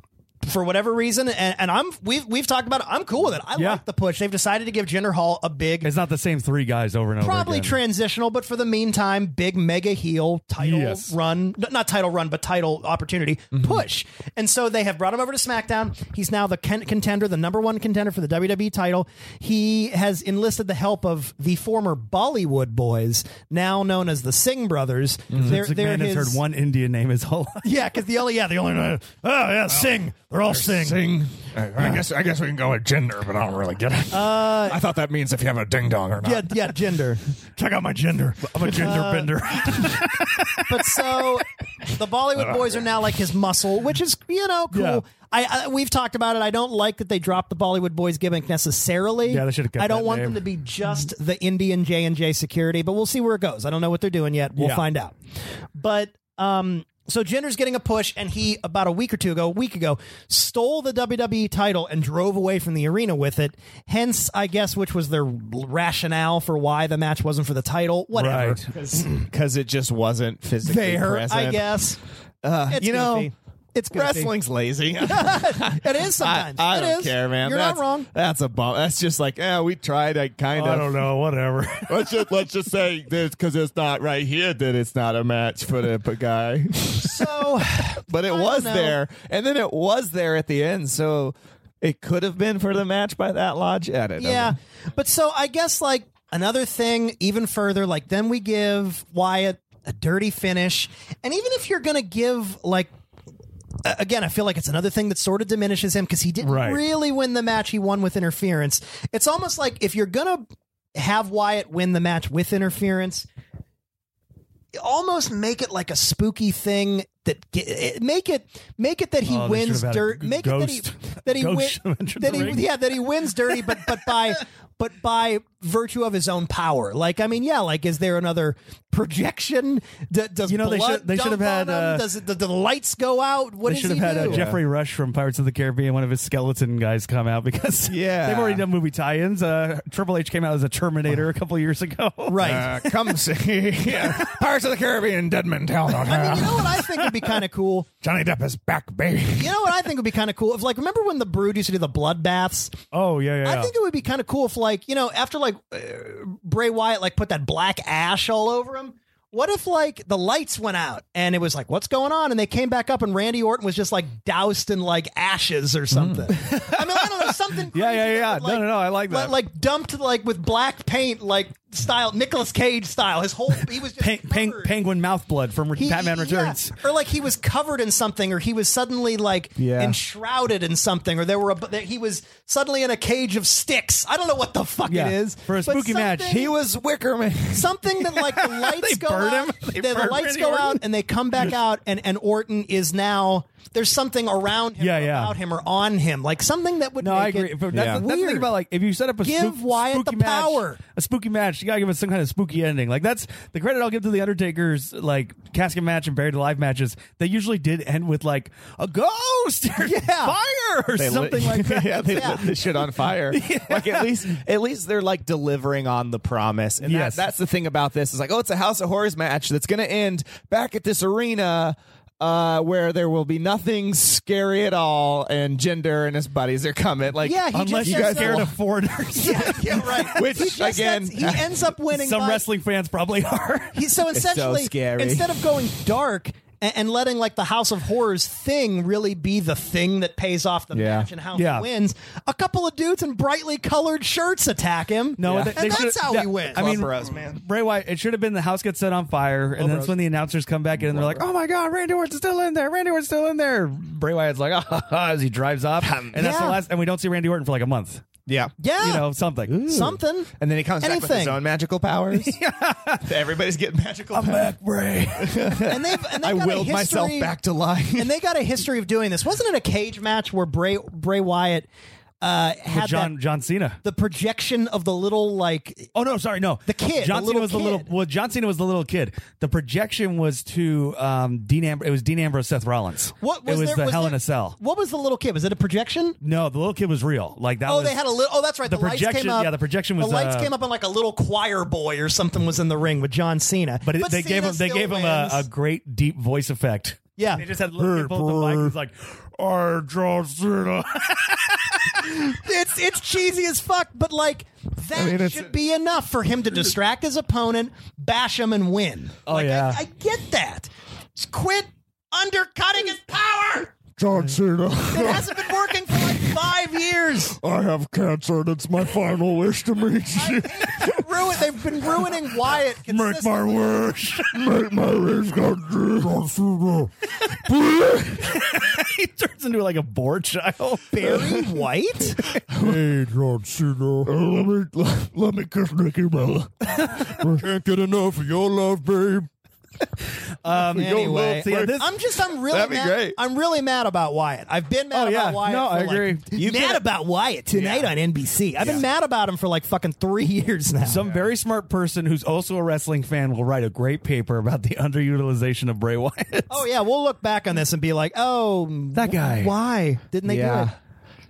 Speaker 2: for whatever reason, and, and I'm we've we've talked about it. I'm cool with it. I
Speaker 3: Yeah.
Speaker 2: like the push. They've decided to give Jinder Hall a big,
Speaker 3: It's not the same three guys over and over.
Speaker 2: probably
Speaker 3: again.
Speaker 2: transitional, but for the meantime, big mega heel title
Speaker 3: Yes. Mm-hmm.
Speaker 2: run, n- not title run, but title opportunity push. And so they have brought him over to SmackDown. He's now the con- contender, the number one contender for the WWE title. He has enlisted the help of the former Bollywood boys, now known as the Singh brothers.
Speaker 3: Mm-hmm.
Speaker 2: They're,
Speaker 3: Vince
Speaker 2: they're
Speaker 3: McMahon has
Speaker 2: his-
Speaker 3: heard one Indian name his whole life.
Speaker 2: Yeah, because the only yeah the only oh [LAUGHS] yeah Singh they're all Singh.
Speaker 8: Sing. I, I guess I guess we can go with gender, but I don't really get it. I thought that means if you have a ding dong or not.
Speaker 2: Uh, Yeah, yeah, gender.
Speaker 8: Check out my gender. I'm a gender
Speaker 2: Uh, [LAUGHS]
Speaker 3: [LAUGHS]
Speaker 8: bender.
Speaker 2: But so the Bollywood boys are now like his muscle, which is you know cool.
Speaker 3: Oh, Yeah.
Speaker 2: I, I we've talked about it. I don't like that they dropped the Bollywood boys gimmick necessarily.
Speaker 3: Yeah, they should've kept
Speaker 2: I don't
Speaker 3: that
Speaker 2: want
Speaker 3: name.
Speaker 2: them to be just the Indian J and J security, but we'll see where it goes. I don't know what they're doing yet. We'll
Speaker 3: Yeah.
Speaker 2: find out. But um, so Jender's getting a push, and he about a week or two ago, a week ago, stole the WWE title and drove away from the arena with it. Hence, I guess, which was their rationale for why the match wasn't for the title. Whatever.
Speaker 3: Right.
Speaker 4: [LAUGHS] because it just wasn't physically
Speaker 2: there,
Speaker 4: present.
Speaker 2: I guess. it's
Speaker 4: you know,
Speaker 2: goofy. it's goofy. [LAUGHS]
Speaker 4: Wrestling's lazy.
Speaker 2: It is sometimes.
Speaker 4: I, I
Speaker 2: It
Speaker 4: don't
Speaker 2: is.
Speaker 4: care, man.
Speaker 2: You're
Speaker 4: that's,
Speaker 2: not
Speaker 4: [LAUGHS]
Speaker 2: wrong.
Speaker 4: That's a bum. That's just like, yeah, we tried. I kind
Speaker 3: Oh, I
Speaker 4: of.
Speaker 3: don't know. Whatever.
Speaker 4: Let's just let's just say this because it's not right here that it's not a match for the p-
Speaker 2: [LAUGHS]
Speaker 4: guy,
Speaker 2: So,
Speaker 4: but it
Speaker 2: don't
Speaker 4: was
Speaker 2: know.
Speaker 4: there, and then it was there at the end, so it could have been for the match by that logic. I don't know.
Speaker 2: yeah. But so I guess like another thing, even further, like then we give Wyatt a dirty finish, and even if you're gonna give like. a- Again, I feel like it's another thing that sort of diminishes him because he didn't
Speaker 3: Right.
Speaker 2: really win the match. He won with interference. It's almost like if you're gonna have Wyatt win the match with interference, almost make it like a spooky thing that ge- it- make it make it that he
Speaker 3: Oh, they
Speaker 2: wins
Speaker 3: should've had a
Speaker 2: dirt make
Speaker 3: ghost-
Speaker 2: it that he that he,
Speaker 3: [LAUGHS] ghost
Speaker 2: win,
Speaker 3: entered
Speaker 2: that
Speaker 3: the ring.
Speaker 2: he yeah that he wins dirty but but by but by virtue of his own power like i mean yeah like is there another projection D- does
Speaker 3: You know, they
Speaker 2: blood
Speaker 3: should- they should
Speaker 2: dump
Speaker 3: have had,
Speaker 2: on him?
Speaker 3: uh,
Speaker 2: does it, do the lights go out what
Speaker 3: They
Speaker 2: does
Speaker 3: should have
Speaker 2: he
Speaker 3: had uh,
Speaker 2: do?
Speaker 3: Jeffrey Rush from Pirates of the Caribbean, one of his skeleton guys, come out because [LAUGHS]
Speaker 4: Yeah.
Speaker 3: they've already done movie tie-ins. Uh, Triple H came out as a Terminator a couple years
Speaker 8: [LAUGHS]
Speaker 3: ago.
Speaker 2: right [LAUGHS]
Speaker 8: Uh, come see yeah. Pirates of the Caribbean, Dead Men Tell No
Speaker 2: i mean you know
Speaker 8: Tale.
Speaker 2: what i think would be kind of cool
Speaker 8: Johnny Depp is back, baby.
Speaker 2: you know what i think would be kind of cool if like remember when the brood used to do the bloodbaths
Speaker 3: [LAUGHS] Oh yeah, yeah. yeah.
Speaker 2: I think it would be kind of cool if, like, you know, after like uh, Bray Wyatt like put that black ash all over him. What if like the lights went out and it was like, what's going on? And they came back up and Randy Orton was just like doused in like ashes or
Speaker 3: [LAUGHS]
Speaker 2: something. I mean, I don't know something.
Speaker 3: Mm. Yeah,
Speaker 2: crazy
Speaker 3: yeah, yeah.
Speaker 2: that would,
Speaker 3: No, no, no, I like
Speaker 2: but,
Speaker 3: that.
Speaker 2: like dumped like with black paint, like style Nicolas Cage style. His whole he was just
Speaker 3: Pen- pen-
Speaker 2: covered.
Speaker 3: penguin mouth blood from
Speaker 2: He-
Speaker 3: Batman
Speaker 2: yeah.
Speaker 3: Returns.
Speaker 2: or like he was covered in something, or he was suddenly like
Speaker 4: Yeah.
Speaker 2: enshrouded in something, or there were a, that he was suddenly in a cage of sticks. I don't know what the fuck
Speaker 3: Yeah.
Speaker 2: it is
Speaker 3: For a
Speaker 2: but
Speaker 3: spooky match,
Speaker 2: something-
Speaker 4: he was Wicker Man.
Speaker 2: something that
Speaker 3: [LAUGHS]
Speaker 2: like the lights
Speaker 3: They
Speaker 2: go
Speaker 3: burn
Speaker 2: out,
Speaker 3: him. [LAUGHS] They
Speaker 2: the, the
Speaker 3: burn
Speaker 2: lights
Speaker 3: Randy
Speaker 2: go
Speaker 3: Orton.
Speaker 2: out, and they come back out, and and Orton is now there's something around him,
Speaker 3: Yeah,
Speaker 2: or
Speaker 3: yeah.
Speaker 2: about him, or on him, like something that would
Speaker 3: No,
Speaker 2: make
Speaker 3: I agree.
Speaker 2: It
Speaker 3: But that's, the, that's the
Speaker 2: weird.
Speaker 3: thing about like if you set up a
Speaker 2: Give
Speaker 3: spook-
Speaker 2: Wyatt
Speaker 3: spooky
Speaker 2: the
Speaker 3: match,
Speaker 2: power.
Speaker 3: a spooky match, you gotta give it some kind of spooky ending. Like that's the credit I'll give to the Undertaker's like casket match and buried alive matches. They usually did end with like a ghost, [LAUGHS] or
Speaker 2: Yeah.
Speaker 3: fire, or
Speaker 4: They lit- [LAUGHS]
Speaker 3: something like that.
Speaker 4: yeah, they lit this shit on
Speaker 3: [LAUGHS]
Speaker 4: fire. Like at least, at least they're like delivering on the promise. And that-
Speaker 3: Yes.
Speaker 4: that's the thing about this is like, oh, it's a House of Horrors match that's going to end back at this arena. Uh, where there will be nothing scary at all, and Gender and his buddies are coming. Like,
Speaker 2: Yeah, he
Speaker 3: Unless
Speaker 2: just has
Speaker 3: you guys
Speaker 2: no-
Speaker 3: scared of
Speaker 2: [LAUGHS]
Speaker 3: foreigners,
Speaker 2: yeah, yeah,
Speaker 3: [LAUGHS]
Speaker 2: right.
Speaker 4: Which,
Speaker 2: He just
Speaker 4: again,
Speaker 2: ends, he ends up winning
Speaker 3: some
Speaker 2: by-
Speaker 3: wrestling fans probably are.
Speaker 2: He,
Speaker 4: [LAUGHS]
Speaker 2: so
Speaker 4: so
Speaker 2: essentially,
Speaker 4: scary.
Speaker 2: instead of going dark and, and letting like the House of Horrors thing really be the thing that pays off the
Speaker 4: Yeah.
Speaker 2: match and how
Speaker 3: Yeah.
Speaker 2: he wins, a couple of dudes in brightly colored shirts attack him.
Speaker 3: [LAUGHS] No,
Speaker 4: Yeah.
Speaker 3: they,
Speaker 2: and
Speaker 3: they should've-
Speaker 2: that's how
Speaker 3: yeah,
Speaker 2: he wins.
Speaker 3: I mean,
Speaker 4: Club Bros, man.
Speaker 3: Bray Wyatt. It should have been the house gets set on fire, and that's when the announcers come back in and they're like, "Oh my God, Randy Orton's still in there! Randy Orton's still in there!" Bray Wyatt's like, [LAUGHS] "Ah," ha, ha," as he drives off, and that's the
Speaker 2: Um, Yeah. Oh.
Speaker 3: last. And we don't see Randy Orton for like a month.
Speaker 4: yeah,
Speaker 2: yeah,
Speaker 3: You know, something.
Speaker 2: something.
Speaker 4: And then he comes back with his
Speaker 2: Anything.
Speaker 4: own magical
Speaker 3: [LAUGHS]
Speaker 4: powers. Everybody's getting magical. powers.
Speaker 3: Bray.
Speaker 2: And they've
Speaker 4: [LAUGHS]
Speaker 2: and
Speaker 4: I
Speaker 2: they've got a
Speaker 4: willed
Speaker 2: history,
Speaker 4: myself back to life. [LAUGHS]
Speaker 2: and they got a history of doing this. Wasn't it a cage match where Bray Bray Wyatt uh, had
Speaker 3: John
Speaker 2: that,
Speaker 3: John Cena.
Speaker 2: the projection of the little like
Speaker 3: Oh no, sorry, no.
Speaker 2: The kid,
Speaker 3: John
Speaker 2: the
Speaker 3: Cena
Speaker 2: little
Speaker 3: was the little.
Speaker 2: kid.
Speaker 3: Well, John Cena was the little kid. The projection was to um, Dean. Am- it was Dean Ambrose, Seth Rollins.
Speaker 2: what was
Speaker 3: it was
Speaker 2: there,
Speaker 3: the
Speaker 2: was
Speaker 3: Hell in
Speaker 2: there-
Speaker 3: a Cell.
Speaker 2: What was the little kid? Was it a projection?
Speaker 3: No, the little kid was real. Like that.
Speaker 2: Oh,
Speaker 3: was,
Speaker 2: they had a little. Oh, that's right.
Speaker 3: the
Speaker 2: The, lights
Speaker 3: projection-
Speaker 2: came up.
Speaker 3: yeah, the projection was,
Speaker 2: The lights
Speaker 3: uh,
Speaker 2: came up, and like a little choir boy or something was in the ring with John Cena.
Speaker 3: But, it, they gave
Speaker 2: Cena
Speaker 3: him they
Speaker 2: still
Speaker 3: gave him a,
Speaker 2: wins.
Speaker 3: a great deep voice effect.
Speaker 2: Yeah.
Speaker 3: They just had little people with the mic. It's like, I John Cena.
Speaker 2: [LAUGHS] it's it's cheesy as fuck, but like that
Speaker 8: mean, it's-
Speaker 2: should be enough for him to distract his opponent, bash him, and win. Oh
Speaker 3: yeah.
Speaker 2: I, I get that. Just quit undercutting his power.
Speaker 8: John Cena.
Speaker 2: [LAUGHS] It hasn't been working for like five years.
Speaker 8: I have cancer, and it's my final wish to meet
Speaker 3: [LAUGHS]
Speaker 8: you.
Speaker 2: Ruin. They've been ruining Wyatt.
Speaker 8: Make
Speaker 2: Consistently.
Speaker 8: my
Speaker 3: [LAUGHS]
Speaker 8: wish. Make my wish come true. John Cena. Please.
Speaker 3: he turns into like a bored child.
Speaker 8: [LAUGHS]
Speaker 2: Barry White.
Speaker 8: Hey, John Cena. Uh, let me [LAUGHS] let, let me kiss Nikki Bella.
Speaker 3: [LAUGHS]
Speaker 8: I can't get enough of your love, babe.
Speaker 3: Um,
Speaker 2: Anyway,
Speaker 3: so yeah, this-
Speaker 2: I'm just I'm really
Speaker 4: That'd be
Speaker 2: mad.
Speaker 4: great.
Speaker 2: I'm really mad about Wyatt. I've been mad
Speaker 3: Oh, yeah.
Speaker 2: about Wyatt.
Speaker 3: No,
Speaker 2: for,
Speaker 3: I
Speaker 2: like-
Speaker 3: agree. You've
Speaker 2: mad
Speaker 3: been-
Speaker 2: about Wyatt tonight on NBC. I've been
Speaker 3: Yeah.
Speaker 2: mad about him for like fucking three [LAUGHS] years now.
Speaker 3: some very smart person who's also a wrestling fan will write a great paper about the [LAUGHS] underutilization of Bray Wyatt.
Speaker 2: Oh yeah, we'll look back on this and be like, oh,
Speaker 3: That guy.
Speaker 2: Why didn't they
Speaker 4: Yeah.
Speaker 2: do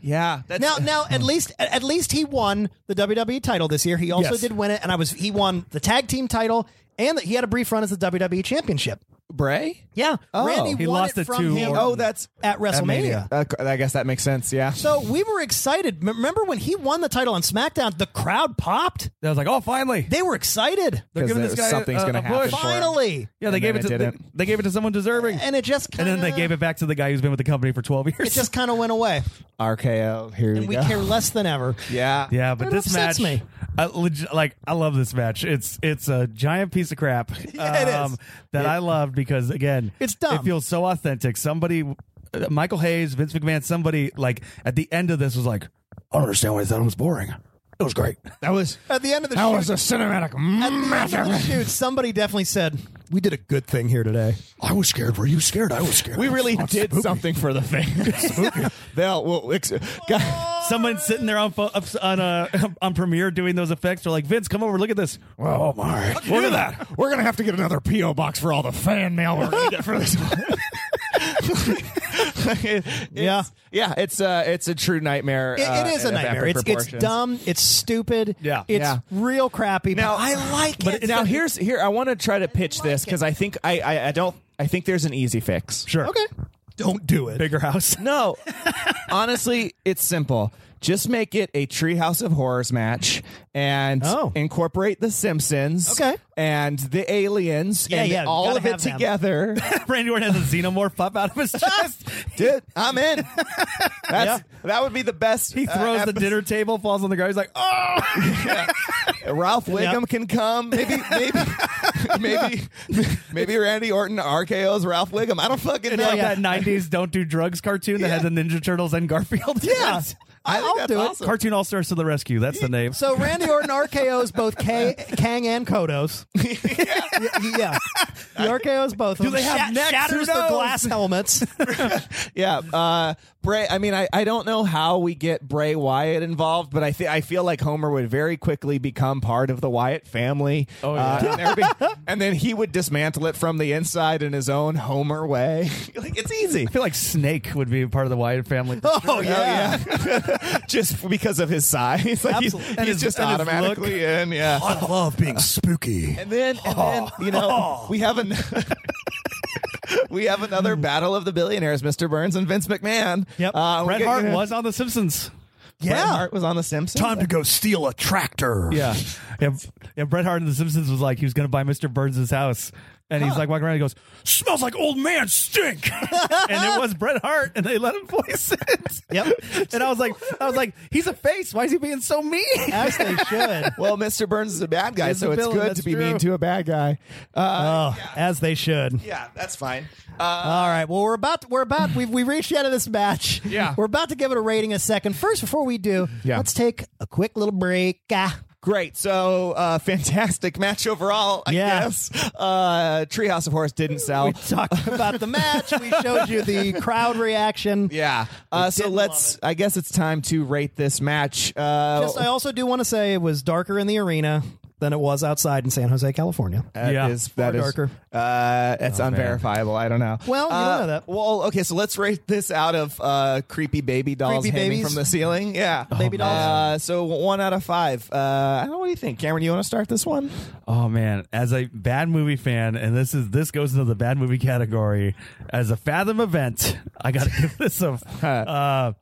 Speaker 4: Yeah.
Speaker 2: it?
Speaker 4: That's,
Speaker 2: Now, now
Speaker 3: [LAUGHS]
Speaker 2: at least at least he won the WWE title this year. He also
Speaker 3: Yes.
Speaker 2: did win it, and I was he won the tag team title, and he had a brief run as the WWE championship.
Speaker 4: Bray?
Speaker 2: Yeah,
Speaker 4: Oh.
Speaker 2: Randy
Speaker 3: He
Speaker 2: won
Speaker 3: lost
Speaker 2: it
Speaker 3: it
Speaker 2: from
Speaker 3: to
Speaker 2: him.
Speaker 3: Orton.
Speaker 4: Oh, that's.
Speaker 2: at WrestleMania.
Speaker 4: Uh, I guess that makes sense. Yeah.
Speaker 2: So we were excited. M- Remember when he won the title on SmackDown? The crowd popped.
Speaker 3: I was like, oh, finally.
Speaker 2: They were excited.
Speaker 3: They're
Speaker 4: 'Cause
Speaker 3: giving this
Speaker 4: there-
Speaker 3: guy a-
Speaker 4: something's
Speaker 3: a-
Speaker 4: gonna
Speaker 3: a
Speaker 4: happen
Speaker 3: push.
Speaker 4: for him.
Speaker 2: Finally,
Speaker 3: Yeah, they
Speaker 4: And
Speaker 3: gave it
Speaker 4: then
Speaker 3: to
Speaker 4: it
Speaker 3: they,
Speaker 4: didn't.
Speaker 3: they gave it to someone deserving.
Speaker 2: and it just
Speaker 3: And
Speaker 2: kinda,
Speaker 3: then they gave it back to the guy who's been with the company for 12 years.
Speaker 2: It just kind of went away,
Speaker 4: RKO. Here
Speaker 2: and we care less than ever.
Speaker 4: [LAUGHS] Yeah.
Speaker 3: [LAUGHS] yeah, but
Speaker 2: It
Speaker 3: this match,
Speaker 2: upsets me.
Speaker 3: I legit, like I love this match. It's it's a giant piece of crap
Speaker 2: [LAUGHS]
Speaker 3: um,
Speaker 2: Yeah, it is.
Speaker 3: that I love because again,
Speaker 2: It's dumb.
Speaker 3: It feels so authentic. Somebody, uh, Michael Hayes, Vince McMahon, somebody like at the end of this was like, I don't understand why they thought it was boring. It was great.
Speaker 8: That was
Speaker 2: At the end of the
Speaker 8: that
Speaker 2: shoot,
Speaker 8: was a cinematic
Speaker 2: at the end of the
Speaker 8: masterpiece.
Speaker 2: shoot, somebody definitely said we did a good thing here today.
Speaker 8: I was scared. Were you scared? I was scared.
Speaker 4: We really
Speaker 8: It's
Speaker 4: did
Speaker 8: spooky.
Speaker 4: something for the [LAUGHS] fans. They'll. Well, ex- God. [LAUGHS]
Speaker 3: Someone sitting there on fo- ups- on uh, [LAUGHS] on premiere doing those effects. They're like, Vince, come over, look at this.
Speaker 8: Oh my! We're gonna,
Speaker 2: [LAUGHS]
Speaker 8: we're gonna have to get another PO box for all the fan mail we're gonna get for this.
Speaker 4: It's-
Speaker 2: Yeah.
Speaker 4: yeah, it's a it's a true nightmare.
Speaker 2: It,
Speaker 4: uh,
Speaker 2: it is a
Speaker 4: of epic
Speaker 2: nightmare. It's, it's
Speaker 4: proportions.
Speaker 2: dumb. It's stupid.
Speaker 3: Yeah.
Speaker 2: it's
Speaker 4: Yeah.
Speaker 2: real crappy.
Speaker 4: Now-
Speaker 2: but I like it. [LAUGHS]
Speaker 4: But now here's here I want to try to pitch this because I think I, I I don't I think there's an easy fix.
Speaker 3: [LAUGHS] Sure,
Speaker 2: okay. Don't do it.
Speaker 3: bigger house.
Speaker 4: No, [LAUGHS] honestly, it's simple. Just make it a Treehouse of Horrors match and
Speaker 2: Oh.
Speaker 4: incorporate the Simpsons,
Speaker 2: Okay.
Speaker 4: and the aliens,
Speaker 2: Yeah,
Speaker 4: and
Speaker 2: yeah,
Speaker 4: all
Speaker 2: gotta
Speaker 4: of it
Speaker 2: have them.
Speaker 3: [LAUGHS]
Speaker 4: together.
Speaker 3: Randy Orton has a xenomorph up out of
Speaker 4: [LAUGHS]
Speaker 3: his chest.
Speaker 4: Dude, I'm in. That's that would be the best. uh,
Speaker 3: He throws the dinner table, falls on the ground. He's like, oh,
Speaker 4: Ralph Wiggum can come. Maybe, maybe,
Speaker 3: [LAUGHS]
Speaker 4: maybe, maybe Randy Orton RKO's Ralph Wiggum. I don't fucking
Speaker 3: it's
Speaker 4: know.
Speaker 3: like that '90s "Don't Do Drugs" cartoon that had the Ninja Turtles and Garfield.
Speaker 4: Yeah, I think
Speaker 2: I'll
Speaker 4: that's
Speaker 2: do it.
Speaker 4: awesome.
Speaker 3: [LAUGHS] Cartoon All Stars to the Rescue. That's the name.
Speaker 2: So Randy Orton RKO's both K- Kang and Kodos. yeah. yeah, he RKO's both. Do
Speaker 3: they have necks?
Speaker 2: Shatters
Speaker 3: Who
Speaker 2: the
Speaker 3: knows?
Speaker 2: glass [LAUGHS] helmets.
Speaker 4: Yeah, uh, Bray. I mean, I, I don't know how we get Bray Wyatt involved, but I think I feel like Homer would very quickly become part of the Wyatt family. Oh yeah, and, everything- and then he would dismantle it from the inside in his own Homer way. [LAUGHS] like it's easy.
Speaker 3: I feel like Snake would be part of the Wyatt family.
Speaker 2: Oh yeah.
Speaker 4: [LAUGHS] just because of his size, [LAUGHS] like he's,
Speaker 2: Absolutely.
Speaker 3: And
Speaker 4: he's
Speaker 3: his-
Speaker 4: just
Speaker 3: and his
Speaker 4: automatically in. Yeah,
Speaker 8: Oh.
Speaker 2: I love being spooky.
Speaker 4: and then and then you know we have an. [LAUGHS] We have another battle of the billionaires, Mr. Burns and Vince McMahon.
Speaker 2: Yep.
Speaker 4: Uh, we
Speaker 3: Bret
Speaker 4: get-
Speaker 3: Hart was on The Simpsons.
Speaker 4: Bret Hart was on The Simpsons.
Speaker 8: to go steal a tractor.
Speaker 4: [LAUGHS]
Speaker 3: Yeah, yeah, yeah. Bret Hart in The Simpsons was like he was going to buy Mr. Burns' house, and he's like walking around. He goes, "Smells like old man
Speaker 4: [LAUGHS]
Speaker 3: stink," and it was Bret Hart, and they let him voice it.
Speaker 2: Yep.
Speaker 3: [LAUGHS] And I was like, I was like, he's a face. Why is he being so mean?
Speaker 2: As they should.
Speaker 4: Well, Mr. Burns is a bad guy,
Speaker 3: He's
Speaker 4: so
Speaker 3: a
Speaker 4: it's
Speaker 3: villain,
Speaker 4: good
Speaker 3: that's
Speaker 4: to be
Speaker 3: true.
Speaker 4: mean to a bad guy. Uh,
Speaker 2: Oh, as they should.
Speaker 4: yeah, that's fine. Uh,
Speaker 2: All right. Well, we're about we're about we've we reached the end of this match.
Speaker 4: Yeah.
Speaker 2: We're about to give it a rating in a second. First, before we do,
Speaker 4: Yeah.
Speaker 2: let's take a quick little break. Ah.
Speaker 4: great. So, uh, [LAUGHS] fantastic match overall, I
Speaker 2: Yeah.
Speaker 4: guess. Uh, Treehouse of Horrors didn't sell.
Speaker 2: We talked about the match. We showed you the crowd reaction.
Speaker 4: Yeah. Uh, so let's, I guess it's time to rate this match. Uh,
Speaker 2: Just, I also do want to say it was darker in the arena. than it was outside in San Jose, California.
Speaker 4: That
Speaker 3: Yeah.
Speaker 4: is- that
Speaker 2: Or
Speaker 4: is-
Speaker 2: darker.
Speaker 4: Uh, that's unverifiable. I don't know.
Speaker 2: Well, you
Speaker 4: Uh,
Speaker 2: know that.
Speaker 4: Well, okay. So let's rate this out of uh, creepy baby dolls
Speaker 2: Creepy
Speaker 4: hanging
Speaker 2: babies?
Speaker 4: from the ceiling. Yeah,
Speaker 2: Baby dolls.
Speaker 4: Uh, so one out of five. Uh, I don't know. What do you think, Cameron? You want to start this one?
Speaker 3: Oh man, as a bad movie fan, and this is this goes into the bad movie category. As a Fathom event, I got to give [LAUGHS]
Speaker 4: [LAUGHS]
Speaker 3: this a. Uh,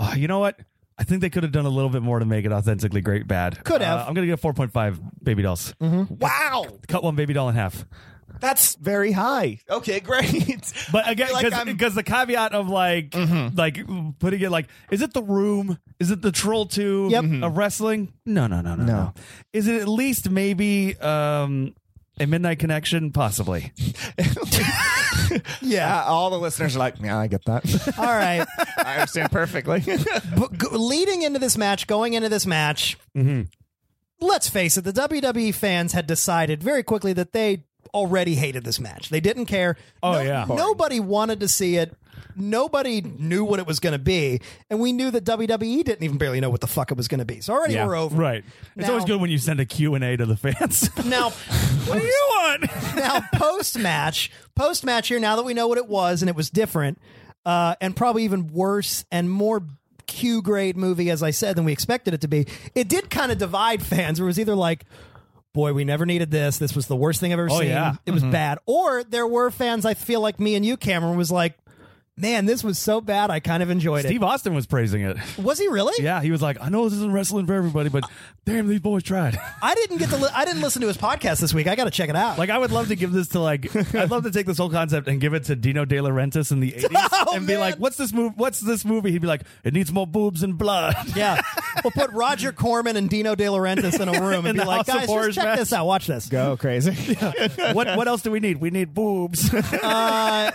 Speaker 3: oh, you know what? I think they could have done a little bit more to make it authentically great. Bad
Speaker 2: Could have.
Speaker 3: Uh, I'm gonna give four point five baby dolls.
Speaker 4: Mm-hmm. Wow,
Speaker 3: Cut one baby doll in half.
Speaker 4: that's very high. Okay,
Speaker 2: [LAUGHS]
Speaker 4: great.
Speaker 3: But
Speaker 4: I
Speaker 3: again,
Speaker 4: feel like I'm- Mm-hmm.
Speaker 3: because the caveat of like like putting it like, is it the room? Is it the troll two
Speaker 2: Yep.
Speaker 3: of wrestling? No, no, no, no, no, Is it at least maybe um a midnight connection? Possibly.
Speaker 4: yeah, Uh, all the listeners are like, yeah, I get that.
Speaker 2: All right.
Speaker 4: I
Speaker 2: [LAUGHS]
Speaker 4: understand perfectly.
Speaker 2: but g- leading into this match, going into this match,
Speaker 3: Mm-hmm.
Speaker 2: let's face it, the WWE fans had decided very quickly that they already hated this match. They didn't care.
Speaker 3: Oh, yeah.
Speaker 2: Nobody wanted to see it. Nobody knew what it was going to be, and we knew that WWE didn't even barely know what the fuck it was going to be. So already we're over.
Speaker 3: Right. it's
Speaker 2: Now-
Speaker 3: always good when you send a Q&A to
Speaker 2: [LAUGHS]
Speaker 3: the fans. [LAUGHS]
Speaker 2: Now,
Speaker 3: what do you want?
Speaker 2: now post match, post match here. Now that we know what it was and it was different, uh, and probably even worse and more Q grade movie as I said than we expected it to be. It did kind of divide fans. Where it was either like. Boy, we never needed this. This was the worst thing I've ever
Speaker 3: Oh,
Speaker 2: seen.
Speaker 3: yeah.
Speaker 2: It was bad. Or there were fans I feel like me and you, Cameron, was like, man, this was so bad. I kind of enjoyed
Speaker 3: Steve Austin was praising it.
Speaker 2: it. Was he really?
Speaker 3: Yeah, he was like, I know this isn't wrestling for everybody, but damn, these boys tried. [LAUGHS]
Speaker 2: I didn't get to. Li- I didn't listen to his podcast this week. I got to check it out.
Speaker 3: Like I would love to give this to like I'd love to take this whole concept and give it to Dino De Laurentiis
Speaker 2: [LAUGHS]
Speaker 3: in the 80s
Speaker 2: Oh,
Speaker 3: and be
Speaker 2: man.
Speaker 3: like, "What's this move? What's this movie?" He'd be like, "It needs more boobs and blood." [LAUGHS]
Speaker 2: Yeah. We'll put Roger Corman and Dino De Laurentiis in a room and
Speaker 3: [LAUGHS] In
Speaker 2: be
Speaker 3: the
Speaker 2: like,
Speaker 3: House of
Speaker 2: guys,
Speaker 3: Horrors
Speaker 2: just check
Speaker 3: match."
Speaker 2: this out. Watch this.
Speaker 4: Go [LAUGHS] crazy.
Speaker 3: what what else do we need? We need boobs. [LAUGHS]
Speaker 2: Uh,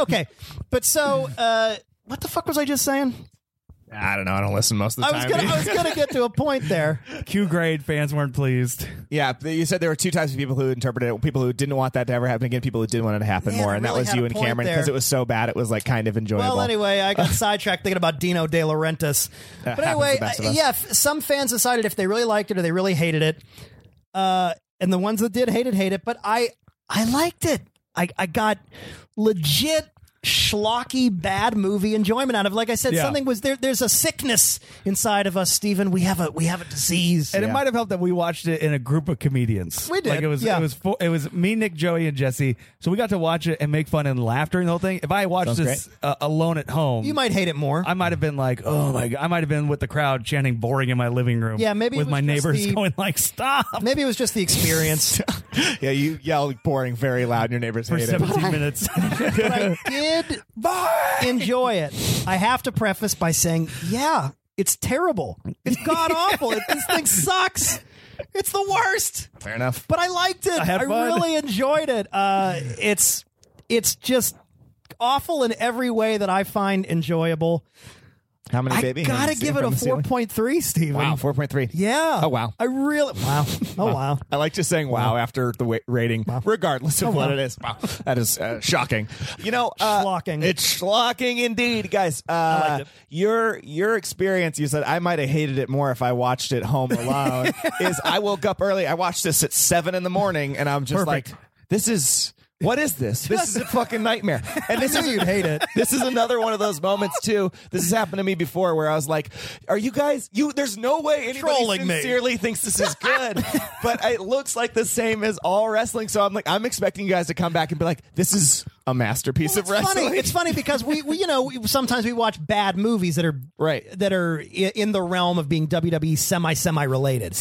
Speaker 2: okay. But so, uh, what the fuck was I just saying?
Speaker 4: I don't know. I don't listen most of the
Speaker 2: I was
Speaker 4: time.
Speaker 2: gonna, I was gonna get to a point there.
Speaker 3: Q grade fans weren't pleased.
Speaker 4: [LAUGHS] Yeah, but you said there were two types of people who interpreted it: people who didn't want that to ever happen again, people who did want it to happen
Speaker 2: Man,
Speaker 4: more,
Speaker 2: I
Speaker 4: and
Speaker 2: really
Speaker 4: that was
Speaker 2: had
Speaker 4: you
Speaker 2: a
Speaker 4: and
Speaker 2: point
Speaker 4: Cameron
Speaker 2: there.
Speaker 4: because it was so bad it was like kind of enjoyable.
Speaker 2: Well, anyway, I got sidetracked thinking about Dino De Laurentiis.
Speaker 4: That
Speaker 2: But anyway,
Speaker 4: happens to the best of
Speaker 2: uh,
Speaker 4: us.
Speaker 2: yeah, f- some fans decided if they really liked it or they really hated it, uh, and the ones that did hate it, hate it. But I, I liked it. I, I got legit schlocky bad movie enjoyment out of. it. Like I said,
Speaker 3: Yeah.
Speaker 2: something was there. There's a sickness inside of us, Stephen. We have a we have a disease.
Speaker 3: And it might have helped that we watched it in a group of comedians.
Speaker 2: We did,
Speaker 3: Like it was
Speaker 2: yeah.
Speaker 3: it was fo- it was me, Nick, Joey, and Jesse. So we got to watch it and make fun and laugh during the whole thing. If I had watched this uh, alone at home,
Speaker 2: you might hate it more.
Speaker 3: I might have been like, oh my god, I might have been with the crowd chanting boring in my living room.
Speaker 2: Yeah, maybe it
Speaker 3: with
Speaker 2: was
Speaker 3: my
Speaker 2: just
Speaker 3: neighbors
Speaker 2: the-
Speaker 3: going like, stop.
Speaker 2: Maybe it was just the experience.
Speaker 4: yeah, you yell boring very loud, and your neighbors
Speaker 3: For
Speaker 4: hate
Speaker 2: [LAUGHS]
Speaker 4: it.
Speaker 3: 17 minutes. [LAUGHS]
Speaker 2: but I did enjoy it. I have to preface by saying, yeah, it's terrible.
Speaker 4: [LAUGHS]
Speaker 2: It's god awful. It, this thing sucks. It's the worst.
Speaker 4: [LAUGHS] Fair enough.
Speaker 2: But I liked it. I,
Speaker 3: had fun.
Speaker 2: really enjoyed it. Uh, it's it's just awful in every way that I find enjoyable.
Speaker 4: How many
Speaker 2: I
Speaker 4: baby?
Speaker 2: gotta
Speaker 4: hands
Speaker 2: give it
Speaker 4: from
Speaker 2: a
Speaker 4: the ceiling?
Speaker 2: four point three, Steven.
Speaker 4: Wow, four point three.
Speaker 2: Yeah.
Speaker 4: Oh, wow.
Speaker 2: I really wow. [LAUGHS] Oh wow.
Speaker 4: I like just saying wow, after the wa- rating, regardless of what it is. Wow, that is uh, shocking. You know, uh,
Speaker 2: Schlocking.
Speaker 4: It's schlocking indeed, guys. Uh, Your your experience, you said I might have hated it more if I watched it home alone. is I woke up early. I watched this at seven in the morning, and I'm just
Speaker 3: Perfect.
Speaker 4: like, this is. What is this? This is a fucking nightmare. And this is you'd hate it. This is another one of those moments too. This has happened to me before where I was like, "Are you guys? You? There's no way anybody
Speaker 2: Trolling me.
Speaker 4: sincerely really thinks this is good, but it looks like the same as all wrestling. So I'm like, I'm expecting you guys to come back and be like, this is a masterpiece
Speaker 2: Well,
Speaker 4: of
Speaker 2: it's
Speaker 4: wrestling.
Speaker 2: Funny. It's funny because we, we you know, we, sometimes we watch bad movies that are
Speaker 4: Right.
Speaker 2: that are i- in the realm of being WWE semi semi related.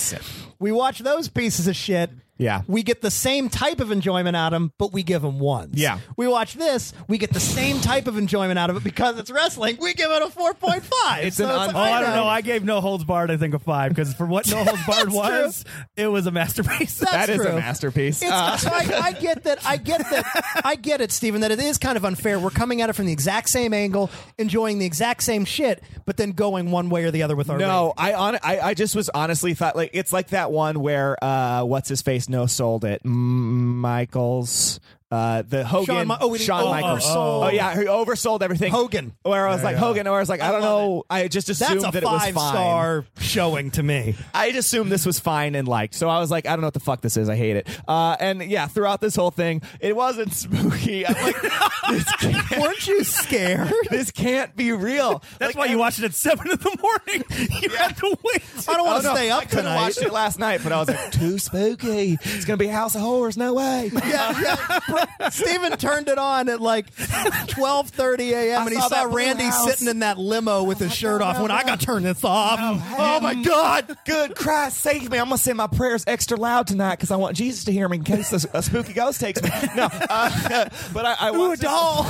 Speaker 2: We watch those pieces of shit.
Speaker 4: Yeah.
Speaker 2: we get the same type of enjoyment out of them, but we give them ones.
Speaker 4: Yeah.
Speaker 2: we watch this, we get the same type of enjoyment out of it because it's wrestling. We give it a four point five.
Speaker 4: It's an un-
Speaker 3: oh, I don't know. I gave No Holds Barred, I think, a five because for what
Speaker 2: [LAUGHS]
Speaker 3: No Holds Barred
Speaker 2: That's
Speaker 3: was, it was a masterpiece.
Speaker 2: That's
Speaker 4: That is
Speaker 2: true.
Speaker 4: a masterpiece.
Speaker 2: It's,
Speaker 4: Uh,
Speaker 2: so I, I get that. I get that. I get it, Stephen. That it is kind of unfair. We're coming at it from the exact same angle, enjoying the exact same shit, but then going one way or the other with our rating.
Speaker 4: no, I, on, I I just was honestly thought like it's like that one where uh what's his face no sold it M- Michaels Uh, the Hogan,
Speaker 2: Shawn Mi- oh, we didn't-
Speaker 4: Shawn
Speaker 2: oh,
Speaker 4: Michaels.
Speaker 2: oversold.
Speaker 4: Oh yeah, who oversold everything.
Speaker 2: Hogan.
Speaker 4: Where I was like Hogan, or I was like, I, don't
Speaker 2: love
Speaker 4: know. I just assumed
Speaker 2: That's a
Speaker 4: that it was
Speaker 2: five
Speaker 4: fine.
Speaker 2: star showing to me.
Speaker 4: I just assumed this was fine and liked. So I was like, I don't know what the fuck this is. I hate it. Uh, and yeah, throughout this whole thing, it wasn't [LAUGHS] spooky. I'm like, this [LAUGHS] can't,
Speaker 2: Weren't you scared?
Speaker 4: [LAUGHS] this can't be real.
Speaker 3: That's why you watched it at seven in the morning. [LAUGHS] You had to wait.
Speaker 2: I don't want to stay
Speaker 4: Oh, I
Speaker 2: up
Speaker 4: could've
Speaker 2: tonight.
Speaker 4: watched it last night, but I was like, too spooky. It's gonna be House of Horrors. No [LAUGHS] way.
Speaker 2: yeah, yeah. Bro, Steven turned it on at like 12:30 a.m.
Speaker 4: I
Speaker 2: and he
Speaker 4: saw
Speaker 2: saw,
Speaker 4: that blue
Speaker 2: Randy
Speaker 4: house.
Speaker 2: sitting in that limo with his shirt off. When I got turned this off, oh my god!
Speaker 4: Good Christ, save me! I'm gonna say my prayers extra loud tonight because I want Jesus to hear me in case a, a spooky ghost takes me. No, uh, [LAUGHS] but I, I ooh a doll,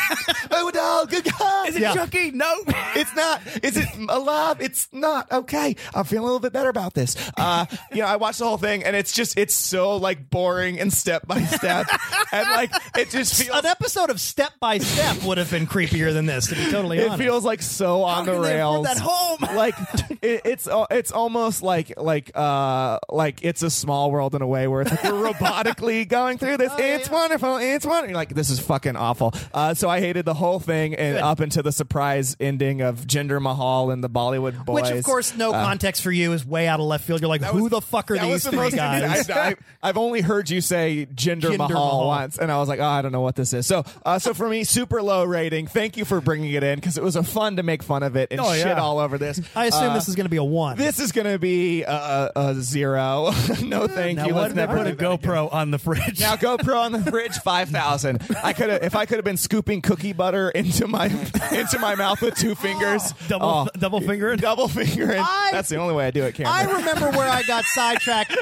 Speaker 4: [LAUGHS] ooh a doll. Good God,
Speaker 3: Is it
Speaker 2: Yeah.
Speaker 3: Chucky? No.
Speaker 4: It's not. Is it alive? It's not. Okay. I'm feeling a little bit better about this. Uh, you know, I watched the whole thing and it's just, it's so like boring and step by step. and like, it just feels,
Speaker 2: An episode of Step by Step would have been creepier than this, to be totally
Speaker 4: it
Speaker 2: honest.
Speaker 4: feels like so on the
Speaker 3: can they afford
Speaker 4: rails.
Speaker 3: that home?
Speaker 4: like it, it's, uh, it's almost like, like, uh, like it's a small world in a way where it's like, we're robotically [LAUGHS] going through this.
Speaker 2: Oh,
Speaker 4: it's wonderful. It's wonderful. You're like, this is fucking awful. Uh, so I hated the whole thing and up into the surprise ending of Jinder Mahal and the Bollywood boys.
Speaker 2: [LAUGHS] Which, of course, no context for you is way out of left field. You're like, who
Speaker 4: was-
Speaker 2: the fuck are
Speaker 4: That was
Speaker 2: these
Speaker 4: the
Speaker 2: three
Speaker 4: most
Speaker 2: guys?
Speaker 4: [LAUGHS] I, have only heard you say Jinder,
Speaker 2: Jinder
Speaker 4: Mahal,
Speaker 2: Mahal.
Speaker 4: once, and I was like, oh, I don't know what this is. So, uh, so for me, super low rating. Thank you for bringing it in because it was a fun to make fun of it and
Speaker 3: Oh,
Speaker 4: shit
Speaker 3: yeah.
Speaker 4: all over this.
Speaker 2: I assume
Speaker 4: Uh.
Speaker 2: this is going to be a one.
Speaker 4: This is gonna be a, a, a zero. [LAUGHS] no, thank
Speaker 3: Now,
Speaker 4: you.
Speaker 3: why
Speaker 4: Let's
Speaker 3: did I
Speaker 4: never
Speaker 3: put a
Speaker 4: do that again.
Speaker 3: GoPro on the fridge?
Speaker 4: Now GoPro on the fridge five thousand. I could have if I could have been scooping cookie butter into my into my mouth with
Speaker 2: [LAUGHS]
Speaker 4: two fingers.
Speaker 3: [LAUGHS] double
Speaker 4: Oh.
Speaker 3: double finger it.
Speaker 4: Double fingering.
Speaker 2: I-
Speaker 4: That's the only way I do it, Cameron.
Speaker 2: I remember where I got sidetracked.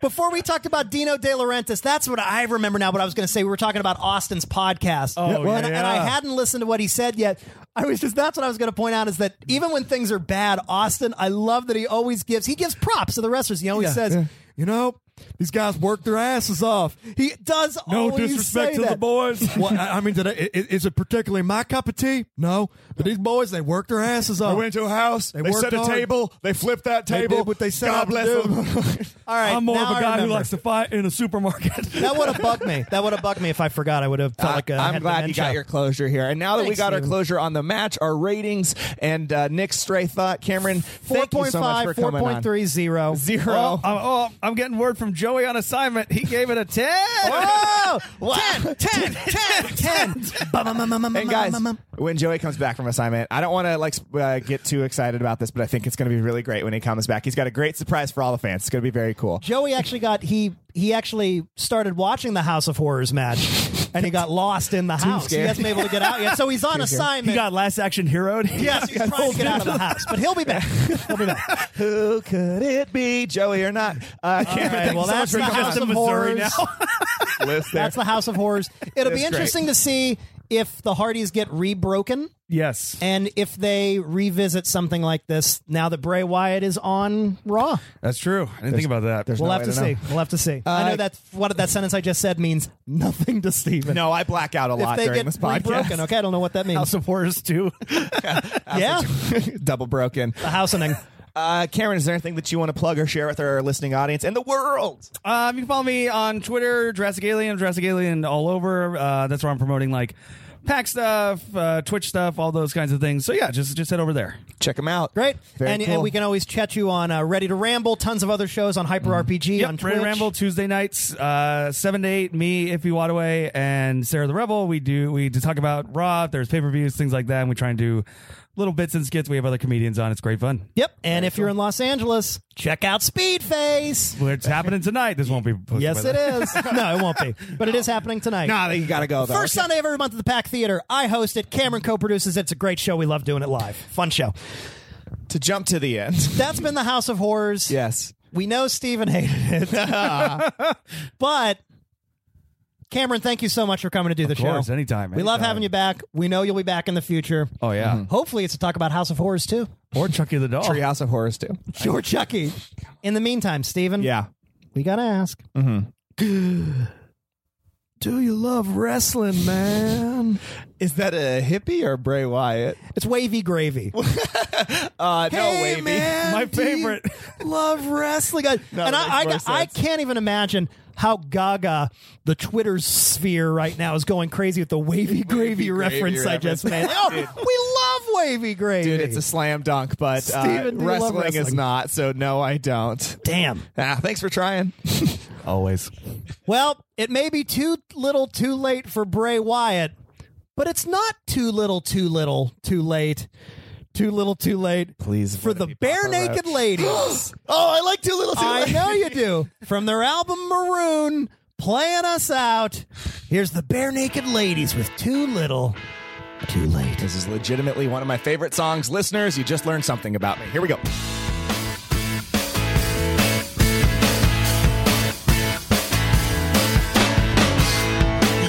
Speaker 2: Before we talked about Dino De Laurentiis, that's what I remember now. What I was going to say, we were talking about Austin's podcast,
Speaker 3: Oh,
Speaker 2: and,
Speaker 3: yeah.
Speaker 2: and I hadn't listened to what he said yet. I was just that's what I was going to point out is that even when things are bad, Austin, I love that he always gives he gives props to the wrestlers. He always
Speaker 3: Yeah.
Speaker 2: says, you know, these guys work their asses off. He does.
Speaker 8: No
Speaker 2: always
Speaker 8: disrespect
Speaker 2: Oh, say
Speaker 8: to the
Speaker 2: that.
Speaker 8: boys. well, I, I mean, did I, i- i- is it particularly my cup of tea? No, but these boys they work their asses off.
Speaker 4: I went to a house. They,
Speaker 8: They
Speaker 4: set
Speaker 8: worked
Speaker 4: a
Speaker 8: hard.
Speaker 4: table. They flipped that
Speaker 8: They
Speaker 4: table.
Speaker 8: did what they set
Speaker 4: God
Speaker 8: out to
Speaker 4: bless
Speaker 8: do.
Speaker 4: them.
Speaker 2: All right,
Speaker 3: I'm more of
Speaker 2: now I
Speaker 3: a guy who
Speaker 2: remember.
Speaker 3: likes to fight in a supermarket.
Speaker 2: That would have bugged me. That would have bugged me if I forgot. I would have felt like a,
Speaker 4: I'm glad you got your closure here. And now that we
Speaker 2: Thanks,
Speaker 4: got our
Speaker 2: Steven.
Speaker 4: closure on the match, our ratings, and uh, Nick's stray thought, Cameron,
Speaker 2: four
Speaker 4: thank you
Speaker 2: point
Speaker 4: so much for
Speaker 2: five, four
Speaker 4: coming
Speaker 2: point three zero.
Speaker 4: on. Zero.
Speaker 3: Oh, [LAUGHS] I'm, oh, I'm getting word from Joey on assignment. He gave it a 10.
Speaker 4: [LAUGHS]
Speaker 2: Whoa! 10, 10, 10, 10.
Speaker 4: and guys, when Joey comes back from assignment, I don't want to like sp- uh, get too excited about this, but I think it's going to be really great when he comes back. He's got a great surprise for all the fans. It's going to be very cool.
Speaker 2: Joey actually got he he actually started watching the House of Horrors match, and he got lost
Speaker 4: [LAUGHS]
Speaker 2: in the house. He
Speaker 4: scared.
Speaker 2: hasn't been able to get out yet, so he's on assignment.
Speaker 3: He got last action heroed.
Speaker 2: yes,
Speaker 4: [LAUGHS]
Speaker 2: he's trying to get out of the house, but he'll be back. He'll be back.
Speaker 4: Who could it be, Joey or not? Uh, Cameron,
Speaker 2: right,
Speaker 4: thank
Speaker 2: well,
Speaker 4: you so
Speaker 2: that's
Speaker 4: much
Speaker 2: the
Speaker 4: for
Speaker 2: House
Speaker 4: coming
Speaker 2: of
Speaker 4: Missouri
Speaker 2: Horrors.
Speaker 4: now. [LAUGHS] List there.
Speaker 2: That's the House of Horrors. It'll be
Speaker 4: That's great.
Speaker 2: interesting to see if the Hardys get rebroken
Speaker 3: Yes.
Speaker 2: and if they revisit something like this now that Bray Wyatt is on Raw.
Speaker 3: That's true. I didn't think about that.
Speaker 4: there's
Speaker 2: We'll
Speaker 4: no
Speaker 2: have to
Speaker 4: way to
Speaker 2: see.
Speaker 4: know. Uh,
Speaker 2: We'll have to see. I know that what that sentence I just said means nothing to Steven.
Speaker 4: no, I black out a
Speaker 2: if
Speaker 4: lot
Speaker 2: they
Speaker 4: during
Speaker 2: get
Speaker 4: this podcast.
Speaker 2: rebroken, okay, I don't know what that means.
Speaker 3: [LAUGHS] House of Horrors too.
Speaker 2: [LAUGHS] yeah,
Speaker 4: [LAUGHS] double broken.
Speaker 2: the housening.
Speaker 4: Uh, Karen, is there anything that you want to plug or share with our listening audience and the world?
Speaker 3: Um, you can follow me on Twitter, Jurassic Alien, Jurassic Alien all over. Uh, that's where I'm promoting like pack stuff, uh, Twitch stuff, all those kinds of things. So yeah, just just head over there.
Speaker 4: Check them out.
Speaker 2: Great,
Speaker 4: Very
Speaker 2: and,
Speaker 4: cool.
Speaker 2: and we can always chat you on uh, Ready to Ramble. Tons of other shows on
Speaker 4: Mm-hmm.
Speaker 2: Hyper RPG on
Speaker 3: Ready
Speaker 2: Twitch.
Speaker 3: to Ramble Tuesday nights, uh, seven to eight. Me, Iffy Wadaway, and Sarah the Rebel. We do we do talk about Raw. There's pay per views, things like that, and we try and do little bits and skits. We have other comedians on. It's great fun.
Speaker 2: Yep, and if you're in Los Angeles, check out Speedface.
Speaker 3: It's happening tonight. This won't be. posted
Speaker 2: Yes,
Speaker 3: by
Speaker 2: it
Speaker 3: then.
Speaker 2: is. No, it won't be, but it is happening tonight.
Speaker 4: Nah, you gotta go though.
Speaker 2: First Sunday of every month at the Pack Theater. I host it. Cameron co-produces it. It's a great show. We love doing it live. Fun show.
Speaker 4: to jump to the end. [LAUGHS]
Speaker 2: That's been the House of Horrors.
Speaker 4: yes.
Speaker 2: We know Steven hated it.
Speaker 4: [LAUGHS]
Speaker 2: but Cameron, thank you so much for coming to do the
Speaker 3: course,
Speaker 2: show.
Speaker 3: anytime,
Speaker 2: We love
Speaker 3: anytime.
Speaker 2: having you back. We know you'll be back in the future. Mm-hmm.
Speaker 3: Oh yeah,
Speaker 2: Hopefully it's to talk about House of Horrors too.
Speaker 3: or Chucky the doll.
Speaker 4: Treehouse of Horrors too.
Speaker 2: Sure, Chucky. In the meantime, Steven,
Speaker 4: Yeah.
Speaker 2: we gotta ask.
Speaker 4: Do you love wrestling, man? Is that a hippie or Bray Wyatt?
Speaker 2: It's wavy
Speaker 4: [LAUGHS]
Speaker 2: gravy.
Speaker 4: Uh, no, wavy. [LAUGHS]
Speaker 3: My favorite.
Speaker 2: love wrestling.
Speaker 4: No,
Speaker 2: and
Speaker 4: that makes
Speaker 2: I, I,
Speaker 4: more
Speaker 2: I
Speaker 4: sense.
Speaker 2: can't even imagine how gaga the Twitter sphere right now is going crazy with the wavy gravy,
Speaker 4: gravy
Speaker 2: reference I
Speaker 4: reference.
Speaker 2: just made. Like,
Speaker 4: [LAUGHS]
Speaker 2: oh, we love wavy gravy.
Speaker 4: Dude, it's a slam dunk, but uh,
Speaker 2: Steven, do you love
Speaker 4: wrestling, is
Speaker 2: wrestling?
Speaker 4: not. So no, I don't.
Speaker 2: damn.
Speaker 4: Ah, thanks for trying. [LAUGHS]
Speaker 9: Always.
Speaker 2: Well, it may be too little too late for Bray Wyatt, but it's not too little too little too late. Too little too late.
Speaker 4: Please,
Speaker 2: For
Speaker 4: let it
Speaker 2: the
Speaker 4: be
Speaker 2: bare
Speaker 4: Papa Roach.
Speaker 2: naked ladies.
Speaker 4: [GASPS] Oh, I like too little. Too
Speaker 2: I
Speaker 4: Late.
Speaker 2: know
Speaker 4: [LAUGHS]
Speaker 2: you do. From their album Maroon, playing us out. Here's the bare naked ladies with too little too late.
Speaker 4: This is legitimately one of my favorite songs. Listeners, you just learned something about me. Here we go.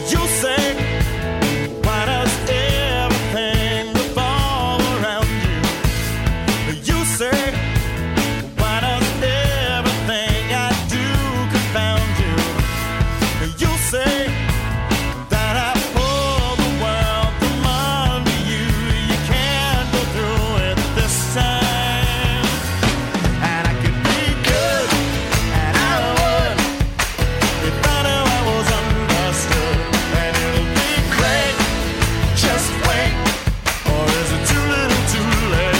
Speaker 1: You say, why does everything revolve around you? You say, why does everything I do confound you? You say that I pull the world from under you. You can't go through it this time. And I could be good, and I would. If I knew I was understood, and it'll be great. Just wait, or is it too little, too late?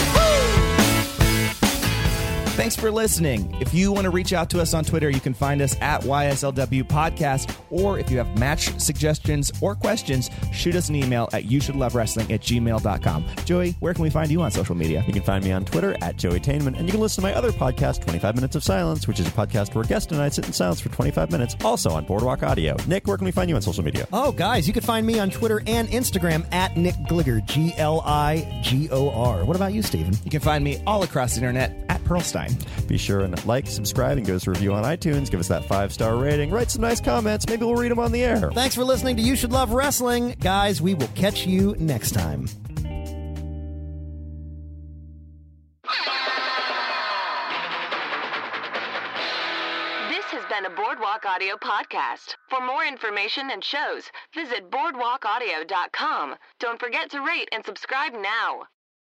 Speaker 4: Thanks for listening. If you want to reach out to us on Twitter, you can find us at YSLW Podcast. Or if you have match suggestions or questions, shoot us an email at you should love wrestling at gmail.com. Joey, where can we find you on social media?
Speaker 10: You can find me on Twitter at Joey Tainman, and you can listen to my other podcast, 25 Minutes of Silence, which is a podcast where guest and I sit in silence for 25 minutes, also on Boardwalk Audio. Nick, where can we find you on social media?
Speaker 2: Oh, guys, you can find me on Twitter and Instagram at Nick Gligor, G L I G O R. What about you, Steven?
Speaker 4: You can find me all across the internet at Pearlstein.
Speaker 10: Be sure and like, subscribe, and give us a review on iTunes. Give us that five star rating. Write some nice comments. Maybe we'll read them on the air.
Speaker 2: Thanks for listening to You Should Love Wrestling. Guys, we will catch you next time.
Speaker 11: This has been a Boardwalk Audio podcast. For more information and shows, visit boardwalkaudio.com. Don't forget to rate and subscribe now.